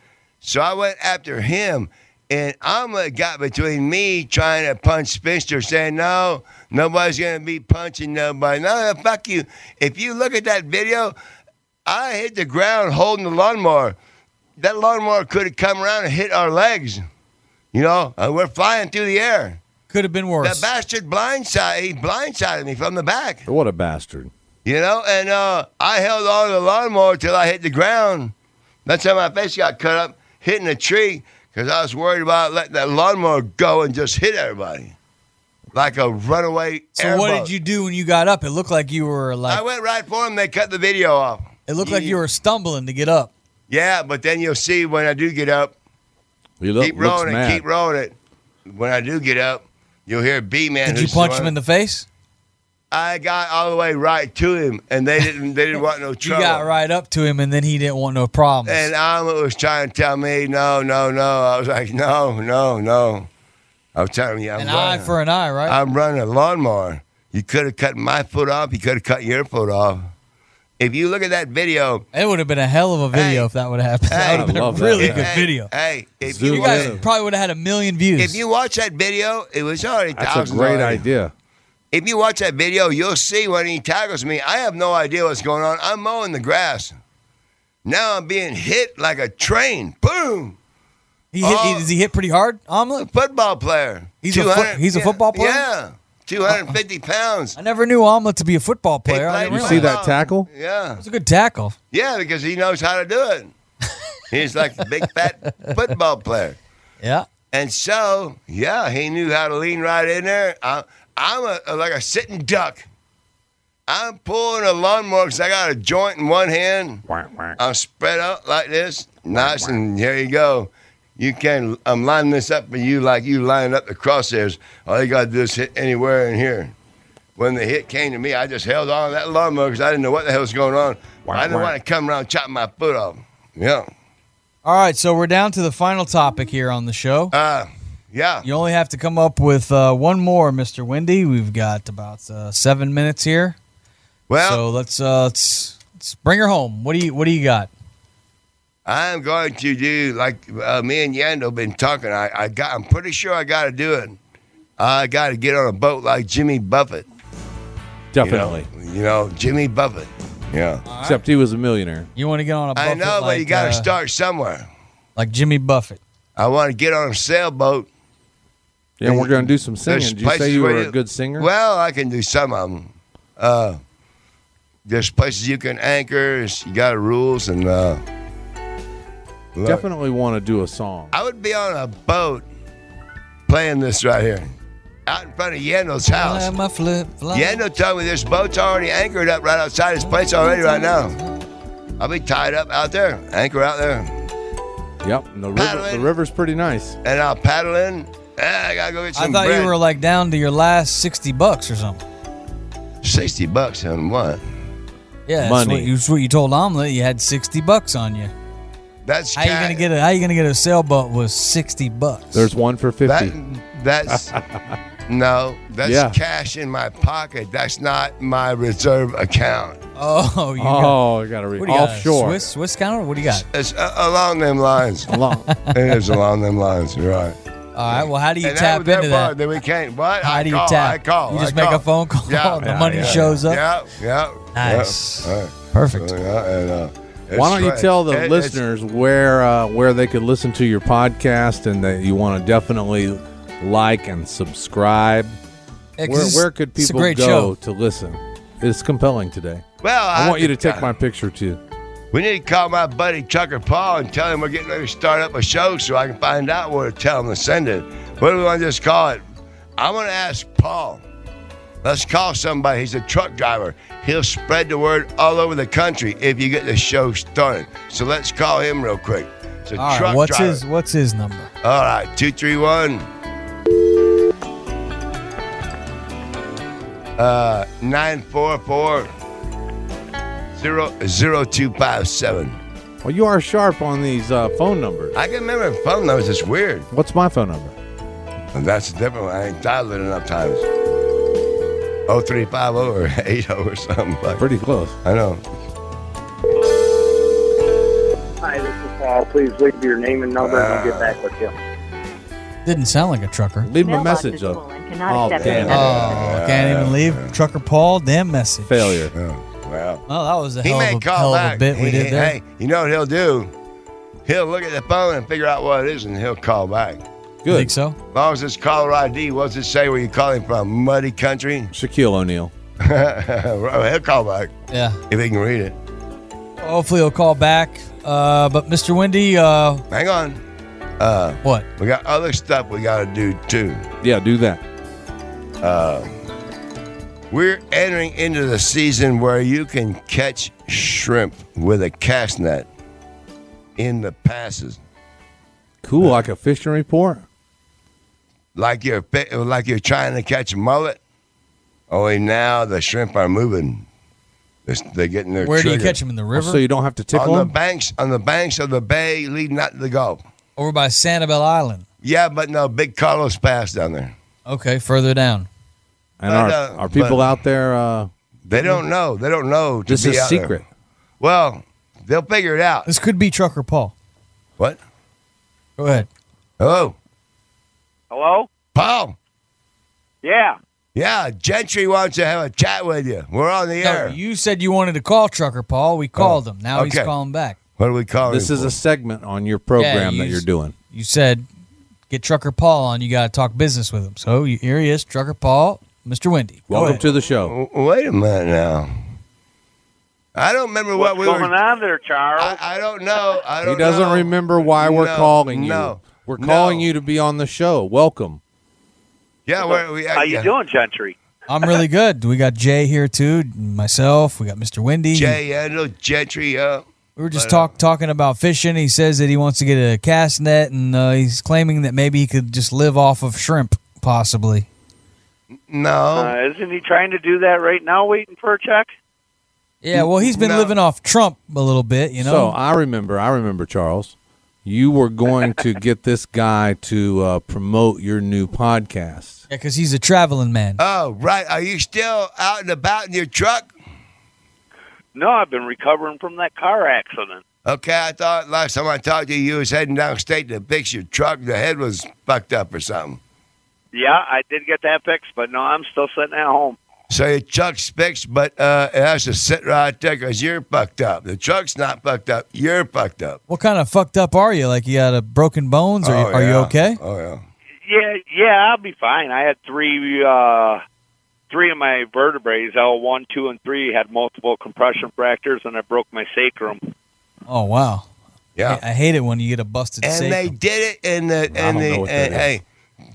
[SPEAKER 4] So I went after him, and Omelet got between me trying to punch Finster, saying, "No, nobody's gonna be punching nobody. No, no, fuck you. If you look at that video, I hit the ground holding the lawnmower. That lawnmower could have come around and hit our legs." You know, uh, we're flying through the air.
[SPEAKER 3] Could have been
[SPEAKER 4] That
[SPEAKER 3] worse.
[SPEAKER 4] bastard blindsided, he blindsided me from the back.
[SPEAKER 5] What a bastard!
[SPEAKER 4] You know, and uh, I held on to the lawnmower till I hit the ground. That's how my face got cut up, hitting a tree, because I was worried about letting that lawnmower go and just hit everybody. Like a runaway
[SPEAKER 3] so what did you do when you got up? It looked like you were
[SPEAKER 4] I
[SPEAKER 3] like
[SPEAKER 4] went right for him. They cut the video off.
[SPEAKER 3] it looked like you were stumbling to get up.
[SPEAKER 4] Yeah, but then you'll see when I do get up,
[SPEAKER 5] He look,
[SPEAKER 4] keep
[SPEAKER 5] looks
[SPEAKER 4] rolling
[SPEAKER 5] mad.
[SPEAKER 4] it, keep rolling it. When I do get up, you'll hear B man.
[SPEAKER 3] Did you punch him in the face?
[SPEAKER 4] I got all the way right to him, and they didn't. They didn't want no
[SPEAKER 3] You
[SPEAKER 4] trouble.
[SPEAKER 3] got right up to him, and then he didn't want no problems.
[SPEAKER 4] And Alma was trying to tell me, no, no, no. I was like, no, no, no. I was telling you, I'm
[SPEAKER 3] an eye
[SPEAKER 4] running.
[SPEAKER 3] for an eye, right?
[SPEAKER 4] I'm running a lawnmower. You could have cut my foot off. You could have cut your foot off. If you look at that video,
[SPEAKER 3] it would have been a hell of a video
[SPEAKER 4] Hey.
[SPEAKER 3] if that would have happened.
[SPEAKER 4] Hey.
[SPEAKER 3] that would have been a
[SPEAKER 5] Love that.
[SPEAKER 3] really
[SPEAKER 5] Yeah.
[SPEAKER 3] good
[SPEAKER 4] hey,
[SPEAKER 3] video.
[SPEAKER 4] Hey, if
[SPEAKER 5] Zoom
[SPEAKER 4] you
[SPEAKER 3] You guys
[SPEAKER 5] Yeah.
[SPEAKER 3] probably would have had a million views.
[SPEAKER 4] if you watch that video, it was already
[SPEAKER 5] That's a
[SPEAKER 4] thousands
[SPEAKER 5] great
[SPEAKER 4] already.
[SPEAKER 5] idea.
[SPEAKER 4] If you watch that video, you'll see when he tackles me. I have no idea what's going on. I'm mowing the grass. Now I'm being hit like a train. Boom!
[SPEAKER 3] he hit, he,
[SPEAKER 4] Oh.
[SPEAKER 3] does he hit pretty hard, Omelet?
[SPEAKER 4] Football player.
[SPEAKER 3] He's a fo-
[SPEAKER 4] 200
[SPEAKER 3] he's a
[SPEAKER 4] yeah,
[SPEAKER 3] football player? Uh-uh.
[SPEAKER 4] Yeah. 250 pounds.
[SPEAKER 3] I never knew Omelet to be a football player. I
[SPEAKER 4] played
[SPEAKER 3] didn't
[SPEAKER 5] You
[SPEAKER 4] Really?
[SPEAKER 5] see
[SPEAKER 3] realize.
[SPEAKER 5] that tackle?
[SPEAKER 4] Yeah.
[SPEAKER 3] That's a good tackle.
[SPEAKER 4] Yeah, because he knows how to do it. He's like a big fat football player.
[SPEAKER 3] Yeah.
[SPEAKER 4] And so, yeah, he knew how to lean right in there. I, I'm a, like a sitting duck. I'm pulling a lawnmower because I got a joint in one hand. I'm spread out like this. Nice, and here you go. You can, I'm lining this up for you like you lining up the crosshairs. All you got to do is hit anywhere in here. When the hit came to me, I just held on to that lawnmower because I didn't know what the hell was going on. I didn't want to come around chopping my foot off. Yeah.
[SPEAKER 3] All right, so we're down to the final topic here on the show.
[SPEAKER 4] Uh, yeah.
[SPEAKER 3] You only have to come up with uh, one more, Mister Wendy. We've got about uh, seven minutes here,
[SPEAKER 4] Well,
[SPEAKER 3] so let's uh, let's let's bring her home. What do you What do you got?
[SPEAKER 4] I'm going to do like uh, me and Yando been talking. I, I got. I'm pretty sure I got to do it. I got to get on a boat like Jimmy Buffett. you know?
[SPEAKER 5] Definitely.
[SPEAKER 4] You know, Jimmy Buffett. Yeah.
[SPEAKER 5] Except he was a millionaire.
[SPEAKER 3] You want to get on a
[SPEAKER 4] I
[SPEAKER 3] Buffett
[SPEAKER 4] know, but you
[SPEAKER 3] like,
[SPEAKER 4] got to
[SPEAKER 3] uh,
[SPEAKER 4] start somewhere.
[SPEAKER 3] like Jimmy Buffett.
[SPEAKER 4] I want to get on a sailboat.
[SPEAKER 5] Yeah, we're going to do some singing.
[SPEAKER 4] There's
[SPEAKER 5] Did you say
[SPEAKER 4] places
[SPEAKER 5] you
[SPEAKER 4] where
[SPEAKER 5] were a good singer?
[SPEAKER 4] Well, I can do some of them. Uh, there's places you can anchor. You got rules and. Uh, look,
[SPEAKER 5] Definitely want to do a song.
[SPEAKER 4] I would be on a boat playing this right here, out in front of Yando's house.
[SPEAKER 3] Fly my flip flop.
[SPEAKER 4] Yendo told me this boat's already anchored up right outside his place already right now. I'll be tied up out there, anchor out there,
[SPEAKER 5] Yep. And the, river, the
[SPEAKER 4] Paddling.
[SPEAKER 5] river's pretty nice.
[SPEAKER 4] and I'll paddle in. Ah, I gotta go get
[SPEAKER 3] I
[SPEAKER 4] some
[SPEAKER 3] thought
[SPEAKER 4] bread.
[SPEAKER 3] you were like down to your last sixty bucks or something.
[SPEAKER 4] Sixty bucks on what?
[SPEAKER 3] Yeah, that's
[SPEAKER 5] Money.
[SPEAKER 3] What you, that's what you told Omelet you had sixty bucks on you.
[SPEAKER 4] That's
[SPEAKER 3] How you
[SPEAKER 4] ca-
[SPEAKER 3] gonna get a How you gonna get a sailboat with sixty bucks?
[SPEAKER 5] There's one for 50.
[SPEAKER 4] that? That's no, that's
[SPEAKER 5] Yeah.
[SPEAKER 4] cash in my pocket. That's not my reserve account.
[SPEAKER 3] oh, you got,
[SPEAKER 5] oh, I got to read.
[SPEAKER 3] what do you
[SPEAKER 5] Offshore.
[SPEAKER 3] got? Swiss Swiss counter? What do you got?
[SPEAKER 4] It's a- along them lines.
[SPEAKER 5] Long-
[SPEAKER 4] it is along them lines. You're right.
[SPEAKER 3] All right. Well, how do you
[SPEAKER 4] and
[SPEAKER 3] tap
[SPEAKER 4] that was their
[SPEAKER 3] into that?
[SPEAKER 4] part that we can't. What?
[SPEAKER 3] How
[SPEAKER 4] I
[SPEAKER 3] do you
[SPEAKER 4] call,
[SPEAKER 3] tap?
[SPEAKER 4] I call.
[SPEAKER 3] you
[SPEAKER 4] I
[SPEAKER 3] just make
[SPEAKER 4] call.
[SPEAKER 3] a phone call.
[SPEAKER 4] Yeah.
[SPEAKER 3] and the money shows up.
[SPEAKER 4] Yeah, yeah. yeah.
[SPEAKER 3] Nice.
[SPEAKER 4] All right.
[SPEAKER 3] Perfect.
[SPEAKER 4] So, yeah, and, uh,
[SPEAKER 5] Why
[SPEAKER 4] it's
[SPEAKER 5] don't you
[SPEAKER 4] right.
[SPEAKER 5] tell the
[SPEAKER 4] It- it's-
[SPEAKER 5] listeners where uh, where they could listen to your podcast and that you want to definitely like and subscribe?
[SPEAKER 3] Yeah, 'cause
[SPEAKER 5] Where,
[SPEAKER 3] it's-
[SPEAKER 5] where could
[SPEAKER 3] it's a
[SPEAKER 5] people
[SPEAKER 3] great
[SPEAKER 5] go
[SPEAKER 3] show.
[SPEAKER 5] to listen? It's compelling today.
[SPEAKER 4] Well,
[SPEAKER 5] I want you to take
[SPEAKER 4] uh,
[SPEAKER 5] my picture too.
[SPEAKER 4] We need to call my buddy Tucker Paul and tell him we're getting ready to start up a show so I can find out where to tell him to send it. What do we want to just call it? I'm going to ask Paul. Let's call somebody. He's a truck driver. He'll spread the word all over the country if you get the show started. So let's call him real quick. It's a
[SPEAKER 3] All
[SPEAKER 4] truck
[SPEAKER 3] right, what's
[SPEAKER 4] driver.
[SPEAKER 3] his what's his number?
[SPEAKER 4] All right, two, three, one. Uh, nine four four zero zero two five seven.
[SPEAKER 5] Well, you are sharp on these uh, phone numbers.
[SPEAKER 4] I can remember phone numbers. It's weird.
[SPEAKER 5] What's my phone number?
[SPEAKER 4] And that's different. one. I ain't dialed it enough times. Oh three five zero or eight zero or something. Like
[SPEAKER 5] Pretty close.
[SPEAKER 4] I know.
[SPEAKER 11] Hi, this is Paul. Please leave your name and number, and we'll get back with you.
[SPEAKER 3] Didn't sound like a trucker.
[SPEAKER 5] Leave him a
[SPEAKER 11] Mailbox
[SPEAKER 5] message up.
[SPEAKER 11] cannot accept
[SPEAKER 3] damn.
[SPEAKER 11] any
[SPEAKER 3] Oh, can't even leave trucker Paul. Damn message.
[SPEAKER 5] Failure.
[SPEAKER 4] Wow.
[SPEAKER 3] Oh, that was a
[SPEAKER 4] he
[SPEAKER 3] hell,
[SPEAKER 4] may
[SPEAKER 3] of a,
[SPEAKER 4] call
[SPEAKER 3] hell
[SPEAKER 4] back.
[SPEAKER 3] of a bit we
[SPEAKER 4] He-
[SPEAKER 3] did there.
[SPEAKER 4] Hey, you know what he'll do? He'll look at the phone and figure out what it is, and he'll call back.
[SPEAKER 5] Good.
[SPEAKER 3] Think so?
[SPEAKER 4] As long as it's caller ID, what's it say where you calling from? Muddy country?
[SPEAKER 5] Shaquille O'Neal.
[SPEAKER 4] Well, he'll call back
[SPEAKER 3] Yeah.
[SPEAKER 4] if he can read it.
[SPEAKER 3] Hopefully he'll call back. Uh, but Mr. Wendy, uh,
[SPEAKER 4] Hang on. Uh,
[SPEAKER 3] what?
[SPEAKER 4] we got other stuff we got to do too.
[SPEAKER 5] Yeah, do that.
[SPEAKER 4] Uh, we're entering into the season where you can catch shrimp with a cast net in the passes,
[SPEAKER 5] Cool, like a fishing report.
[SPEAKER 4] like you're fi- like you're trying to catch mullet. Only now the shrimp are moving. They're, they're getting their.
[SPEAKER 3] Where do you
[SPEAKER 4] trigger.
[SPEAKER 3] catch him in the river?
[SPEAKER 5] So you don't have to tickle
[SPEAKER 4] on the
[SPEAKER 5] him.
[SPEAKER 4] banks on the banks of the bay leading out to the Gulf.
[SPEAKER 3] Over by Sanibel Island.
[SPEAKER 4] Yeah, but no, Big Carlos Pass down there.
[SPEAKER 3] Okay, further down.
[SPEAKER 5] and
[SPEAKER 4] but,
[SPEAKER 5] are,
[SPEAKER 4] uh,
[SPEAKER 5] are people
[SPEAKER 4] but-
[SPEAKER 5] out there? Uh,
[SPEAKER 4] They don't know. They don't know. To
[SPEAKER 5] this
[SPEAKER 4] be
[SPEAKER 5] is
[SPEAKER 4] out there.
[SPEAKER 5] secret.
[SPEAKER 4] Well, they'll figure it out.
[SPEAKER 3] This could be trucker Paul.
[SPEAKER 4] What?
[SPEAKER 3] Go ahead.
[SPEAKER 4] Hello,
[SPEAKER 8] Hello?
[SPEAKER 4] Paul.
[SPEAKER 8] Yeah.
[SPEAKER 4] Yeah, Gentry wants to have a chat with you. We're on the
[SPEAKER 3] No,
[SPEAKER 4] air.
[SPEAKER 3] you said you wanted to call trucker Paul.
[SPEAKER 5] Oh,
[SPEAKER 3] We called him. Now he's
[SPEAKER 4] okay.
[SPEAKER 3] calling back.
[SPEAKER 4] what do we call
[SPEAKER 5] This
[SPEAKER 4] him
[SPEAKER 5] is a
[SPEAKER 4] for?
[SPEAKER 5] segment on your program
[SPEAKER 3] Yeah,
[SPEAKER 5] that
[SPEAKER 3] you-
[SPEAKER 5] you're doing.
[SPEAKER 3] You said get trucker Paul on. You got to talk business with him. So you, here he is, trucker Paul, Mr. Wendy. Go
[SPEAKER 5] Welcome
[SPEAKER 3] ahead.
[SPEAKER 5] to the show.
[SPEAKER 4] W- Wait a minute now. I don't remember
[SPEAKER 8] What's
[SPEAKER 4] what we
[SPEAKER 8] going
[SPEAKER 4] were.
[SPEAKER 8] on there, Charles?
[SPEAKER 4] I, I don't know. I don't.
[SPEAKER 5] He doesn't
[SPEAKER 4] know.
[SPEAKER 5] remember why we're
[SPEAKER 4] No,
[SPEAKER 5] calling you.
[SPEAKER 4] No,
[SPEAKER 5] We're calling
[SPEAKER 4] No.
[SPEAKER 5] you to be on the show. Welcome.
[SPEAKER 4] Yeah, we're, we.
[SPEAKER 8] How you
[SPEAKER 4] yeah.
[SPEAKER 8] doing, Gentry?
[SPEAKER 3] I'm really good. We got Jay here too. myself. We got Mr. Wendy.
[SPEAKER 4] Jay Handel, Gentry. Uh,
[SPEAKER 3] We were just talk, talking about fishing. He says that he wants to get a cast net, and uh, he's claiming that maybe he could just live off of shrimp, possibly.
[SPEAKER 4] no.
[SPEAKER 8] Uh, isn't he trying to do that right now, waiting for a check?
[SPEAKER 3] Yeah, well, he's been
[SPEAKER 4] No.
[SPEAKER 3] living off Trump a little bit, you know.
[SPEAKER 5] So I remember. I remember Charles. You were going to get this guy to uh, promote your new podcast.
[SPEAKER 3] yeah, because he's a traveling man.
[SPEAKER 4] oh, right. Are you still out and about in your truck?
[SPEAKER 8] No, I've been recovering from that car accident.
[SPEAKER 4] Okay, I thought last time I talked to you, you was heading downstate to fix your truck. The head was fucked up or something.
[SPEAKER 8] Yeah, I did get that fixed, but no, I'm still sitting at home.
[SPEAKER 4] So your truck's fixed, but uh, it has to sit right there because you're fucked up. The truck's not fucked up. You're fucked up.
[SPEAKER 3] what kind of fucked up are you? Like you got a broken bones? Are,
[SPEAKER 4] Oh,
[SPEAKER 3] you, are you
[SPEAKER 4] yeah.
[SPEAKER 3] okay?
[SPEAKER 4] Oh, yeah.
[SPEAKER 8] Yeah, yeah, I'll be fine. I had three, uh, three of my vertebrae, L one, two, and three, had multiple compression fractures, and I broke my sacrum.
[SPEAKER 3] Oh wow,
[SPEAKER 4] Yeah.
[SPEAKER 3] I, I hate it when you get a busted.
[SPEAKER 4] and
[SPEAKER 3] sacrum.
[SPEAKER 4] they did it in the
[SPEAKER 5] don't
[SPEAKER 4] and the
[SPEAKER 5] know what that
[SPEAKER 4] and, hey,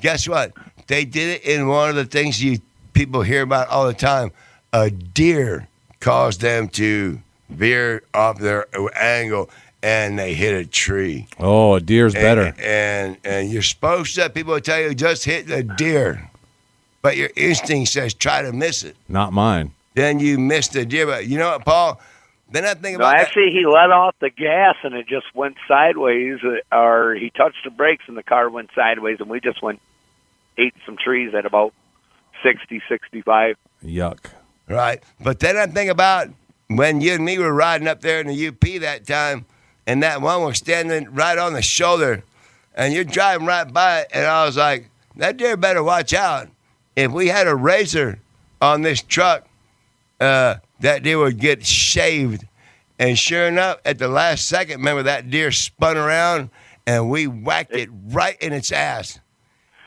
[SPEAKER 4] guess what? They did it in one of the things you people hear about all the time. A deer caused them to veer off their angle and they hit a tree.
[SPEAKER 5] Oh, a deer's better.
[SPEAKER 4] And, and and you're supposed to people tell you just hit the deer. But your instinct says try to miss it.
[SPEAKER 5] Not mine.
[SPEAKER 4] Then you miss the deer. But you know what, Paul? Then I think
[SPEAKER 8] No,
[SPEAKER 4] about that-
[SPEAKER 8] actually, he let off the gas and it just went sideways, uh, or he touched the brakes and the car went sideways, and we just went ate some trees at about sixty, sixty-five.
[SPEAKER 5] Yuck.
[SPEAKER 4] Right. But then I think about when you and me were riding up there in the UP that time, and that one was standing right on the shoulder, and you're driving right by it, and I was like, that deer better watch out. If we had a razor on this truck, uh, that deer would get shaved. And sure enough, at the last second, remember that deer spun around and we whacked it right in its ass.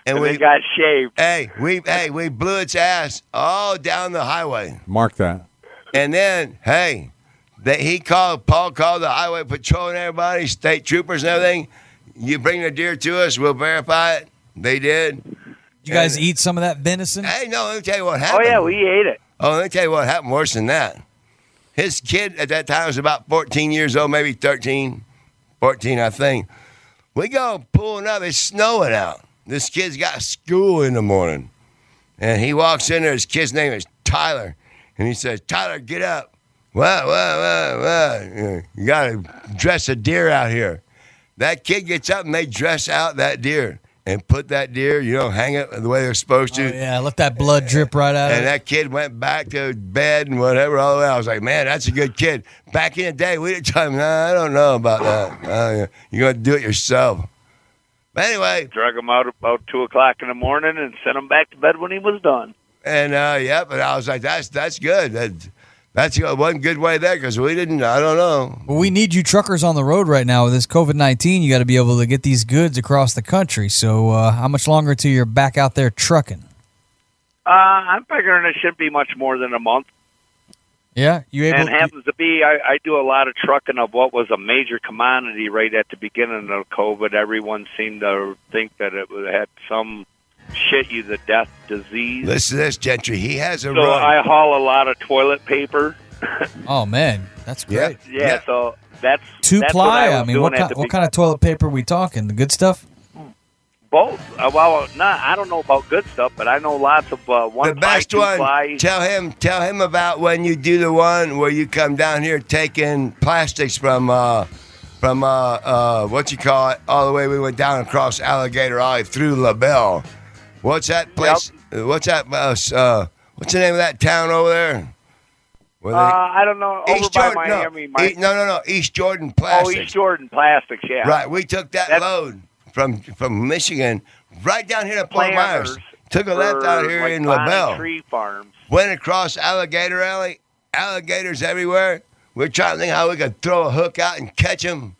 [SPEAKER 4] And,
[SPEAKER 8] And
[SPEAKER 4] we
[SPEAKER 8] they got shaved.
[SPEAKER 4] hey, we hey, we blew its ass all down the highway.
[SPEAKER 5] Mark that.
[SPEAKER 4] And then, hey, that he called Paul called the highway patrol and everybody, state troopers and everything. You bring the deer to us, we'll verify it. They did.
[SPEAKER 3] You guys eat some of that venison?
[SPEAKER 4] Hey, no, let me tell you what happened.
[SPEAKER 12] Oh, yeah, we ate it.
[SPEAKER 4] Oh, let me tell you what happened worse than that. His kid at that time was about 14 years old, maybe 13, 14, I think. We go pulling up, it's snowing out. This kid's got school in the morning. And he walks in there, his kid's name is Tyler. And he says, Tyler, get up. What, what, what, what? You gotta dress a deer out here. That kid gets up and they dress out that deer and put that deer, you know, hang it the way they're supposed to.
[SPEAKER 3] Oh, Yeah, let that blood drip right out. of
[SPEAKER 4] And
[SPEAKER 3] it.
[SPEAKER 4] that kid went back to bed and whatever. All the way. I was like, man, that's a good kid. Back in the day, we didn't tell him, nah, I don't know about that. Uh, yeah, you're going to do it yourself. But anyway,
[SPEAKER 8] Drug him out about two o'clock in the morning and sent him back to bed when he was done.
[SPEAKER 4] and uh, yeah, but I was like, that's that's good. That, that's good. one good way there because we didn't, I don't know.
[SPEAKER 3] Well, we need you truckers on the road right now with this COVID 19. You got to be able to get these goods across the country. So, uh, how much longer till you're back out there trucking?
[SPEAKER 8] Uh, I'm figuring it shouldn't be much more than a month.
[SPEAKER 3] Yeah, you able?
[SPEAKER 8] and happens to be, I, I do a lot of trucking of what was a major commodity right at the beginning of COVID. Everyone seemed to think that it would- had some shit you the death disease.
[SPEAKER 4] Listen to this, Gentry. He has a
[SPEAKER 8] so
[SPEAKER 4] run.
[SPEAKER 8] I haul a lot of toilet paper.
[SPEAKER 3] oh man, that's great.
[SPEAKER 8] Yeah, so that's
[SPEAKER 3] Two
[SPEAKER 8] that's What
[SPEAKER 3] ply.
[SPEAKER 8] I,
[SPEAKER 3] I,
[SPEAKER 8] was
[SPEAKER 3] mean,
[SPEAKER 8] doing
[SPEAKER 3] what
[SPEAKER 8] at
[SPEAKER 3] kind,
[SPEAKER 8] the
[SPEAKER 3] what kind of toilet paper are we talking? The good stuff?
[SPEAKER 8] Both. Uh, well, not. I don't know about good stuff, but I know lots of uh, one
[SPEAKER 4] the best
[SPEAKER 8] ply,
[SPEAKER 4] one.
[SPEAKER 8] two ply.
[SPEAKER 4] Tell him, tell him about when you do the one where you come down here taking plastics from, uh, from uh, uh, what you call it, all the way we went down across Alligator Alley through La Belle. What's that place? uh, What's that? Uh, s- uh, what's the name of that town over there? Where
[SPEAKER 8] Uh,
[SPEAKER 4] they-
[SPEAKER 8] I don't know. Over
[SPEAKER 4] East
[SPEAKER 8] by
[SPEAKER 4] Jordan, no.
[SPEAKER 8] Miami, Mike.
[SPEAKER 4] E- no, no, no. East Jordan
[SPEAKER 8] Oh,
[SPEAKER 4] Plastics.
[SPEAKER 8] East Jordan Plastics. Yeah.
[SPEAKER 4] Right. We took that load from from Michigan right down here to Fort
[SPEAKER 8] Planters
[SPEAKER 4] Myers. Took a left out
[SPEAKER 8] for,
[SPEAKER 4] here
[SPEAKER 8] like,
[SPEAKER 4] in
[SPEAKER 8] Bonnie
[SPEAKER 4] LaBelle.
[SPEAKER 8] Tree Farms.
[SPEAKER 4] Went across Alligator Alley. Alligators everywhere. We're trying to think how we could throw a hook out and catch them,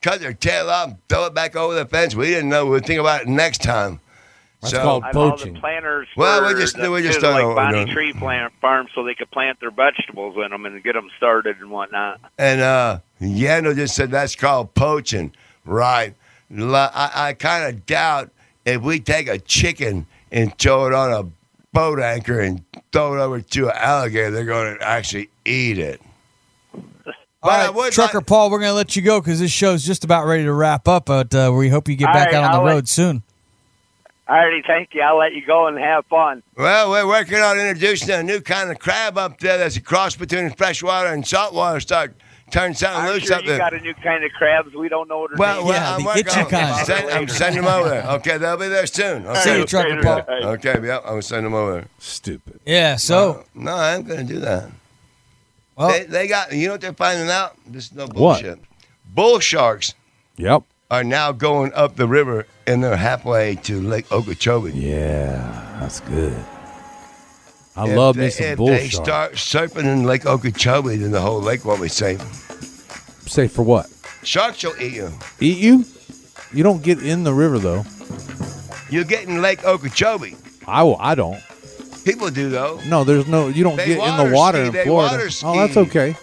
[SPEAKER 4] cut their tail off, throw it back over the fence. We didn't know. We'll think about it next time. so,
[SPEAKER 8] I follow the planters.
[SPEAKER 4] Well,
[SPEAKER 8] for
[SPEAKER 4] we just
[SPEAKER 8] the,
[SPEAKER 4] we just
[SPEAKER 8] to,
[SPEAKER 4] don't know
[SPEAKER 8] like
[SPEAKER 4] what we're
[SPEAKER 8] Bonnie
[SPEAKER 4] doing.
[SPEAKER 8] Tree plant farms so they could plant their vegetables in them and get them started and whatnot.
[SPEAKER 4] And uh, Yandel just said that's called poaching, right? Li- I, kind of doubt if we take a chicken and throw it on a boat anchor and throw it over to an alligator, they're going to actually eat it.
[SPEAKER 3] All right, Trucker Paul, we're going to let you go because this show's just about ready to wrap up. But uh, we hope you get
[SPEAKER 8] All
[SPEAKER 3] back
[SPEAKER 8] right,
[SPEAKER 3] out on the
[SPEAKER 8] I'll let-
[SPEAKER 3] road soon.
[SPEAKER 8] I already thank you. I'll let you go and have fun.
[SPEAKER 4] Well, we're working on introducing a new kind of crab up there that's a cross between freshwater and saltwater. Start turning something
[SPEAKER 8] I'm
[SPEAKER 4] loose
[SPEAKER 8] sure
[SPEAKER 4] up
[SPEAKER 8] you
[SPEAKER 4] there.
[SPEAKER 8] got a new kind of crabs. We don't know what. her
[SPEAKER 4] well,
[SPEAKER 8] name
[SPEAKER 4] well, I'm
[SPEAKER 8] is.
[SPEAKER 4] working on it. I'm send- I'm sending them over there. Okay, they'll be there soon. Okay.
[SPEAKER 8] See you, Trucker Paul.
[SPEAKER 4] Okay, yeah, I'm going to send them over there.
[SPEAKER 5] Stupid.
[SPEAKER 3] Yeah, so.
[SPEAKER 4] No, I'm going to do that.
[SPEAKER 3] Well-
[SPEAKER 4] they, they got, you know what they're finding out? This is no bullshit. Bull sharks
[SPEAKER 5] Yep.
[SPEAKER 4] are now going up the river and they're halfway to Lake Okeechobee.
[SPEAKER 5] Yeah, that's good. I
[SPEAKER 4] If
[SPEAKER 5] love
[SPEAKER 4] they,
[SPEAKER 5] me some
[SPEAKER 4] If
[SPEAKER 5] bull
[SPEAKER 4] they
[SPEAKER 5] shark.
[SPEAKER 4] start surfing in Lake Okeechobee, then the whole lake won't be safe.
[SPEAKER 5] Say for what?
[SPEAKER 4] Sharks will eat you.
[SPEAKER 5] Eat you? You don't get in the river though.
[SPEAKER 4] You're getting Lake Okeechobee.
[SPEAKER 5] I will. I don't.
[SPEAKER 4] People do, though.
[SPEAKER 5] No, there's no. You don't
[SPEAKER 4] They
[SPEAKER 5] get in
[SPEAKER 4] water
[SPEAKER 5] the water
[SPEAKER 4] ski,
[SPEAKER 5] in
[SPEAKER 4] they
[SPEAKER 5] Florida.
[SPEAKER 4] water ski.
[SPEAKER 5] Oh, that's okay.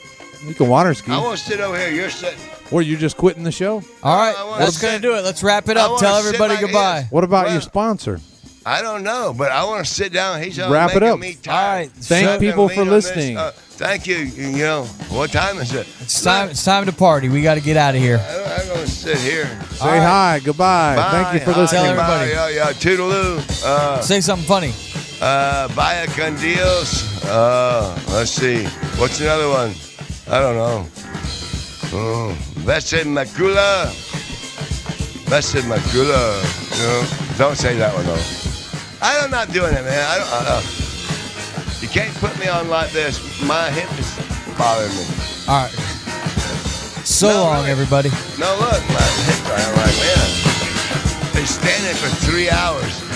[SPEAKER 5] You can water ski.
[SPEAKER 4] I want to sit over here. You're sitting.
[SPEAKER 5] Or you just quitting the show?
[SPEAKER 3] All right,
[SPEAKER 4] I wanna
[SPEAKER 3] that's going to do it. Let's wrap it
[SPEAKER 4] I
[SPEAKER 3] up.
[SPEAKER 4] wanna
[SPEAKER 3] Tell
[SPEAKER 4] sit
[SPEAKER 3] everybody
[SPEAKER 4] like
[SPEAKER 3] goodbye.
[SPEAKER 5] What about your sponsor?
[SPEAKER 4] I don't know, but I want to sit down. He's all
[SPEAKER 5] Wrap it
[SPEAKER 4] making
[SPEAKER 5] up.
[SPEAKER 4] Me tired. All right.
[SPEAKER 5] Thank people for listening.
[SPEAKER 4] uh, thank you. You know what time is it?
[SPEAKER 3] It's time. It's time to party. We got to get out of here.
[SPEAKER 4] I, I'm gonna sit here.
[SPEAKER 5] Say hi. Goodbye. Thank you for listening.
[SPEAKER 4] Bye. Yeah, yeah. Toodaloo. Uh,
[SPEAKER 3] Say something funny.
[SPEAKER 4] Uh, vaya con Dios. Uh, let's see. What's another one? I don't know. Oh, Vested Macula. Vested Macula. You know, don't say that one though. I am not doing it, man. I don't. Uh, you can't put me on like this. My hip is bothering me.
[SPEAKER 3] All right. So long, everybody.
[SPEAKER 4] No, look, my hip. I'm like, man. Been standing for three hours.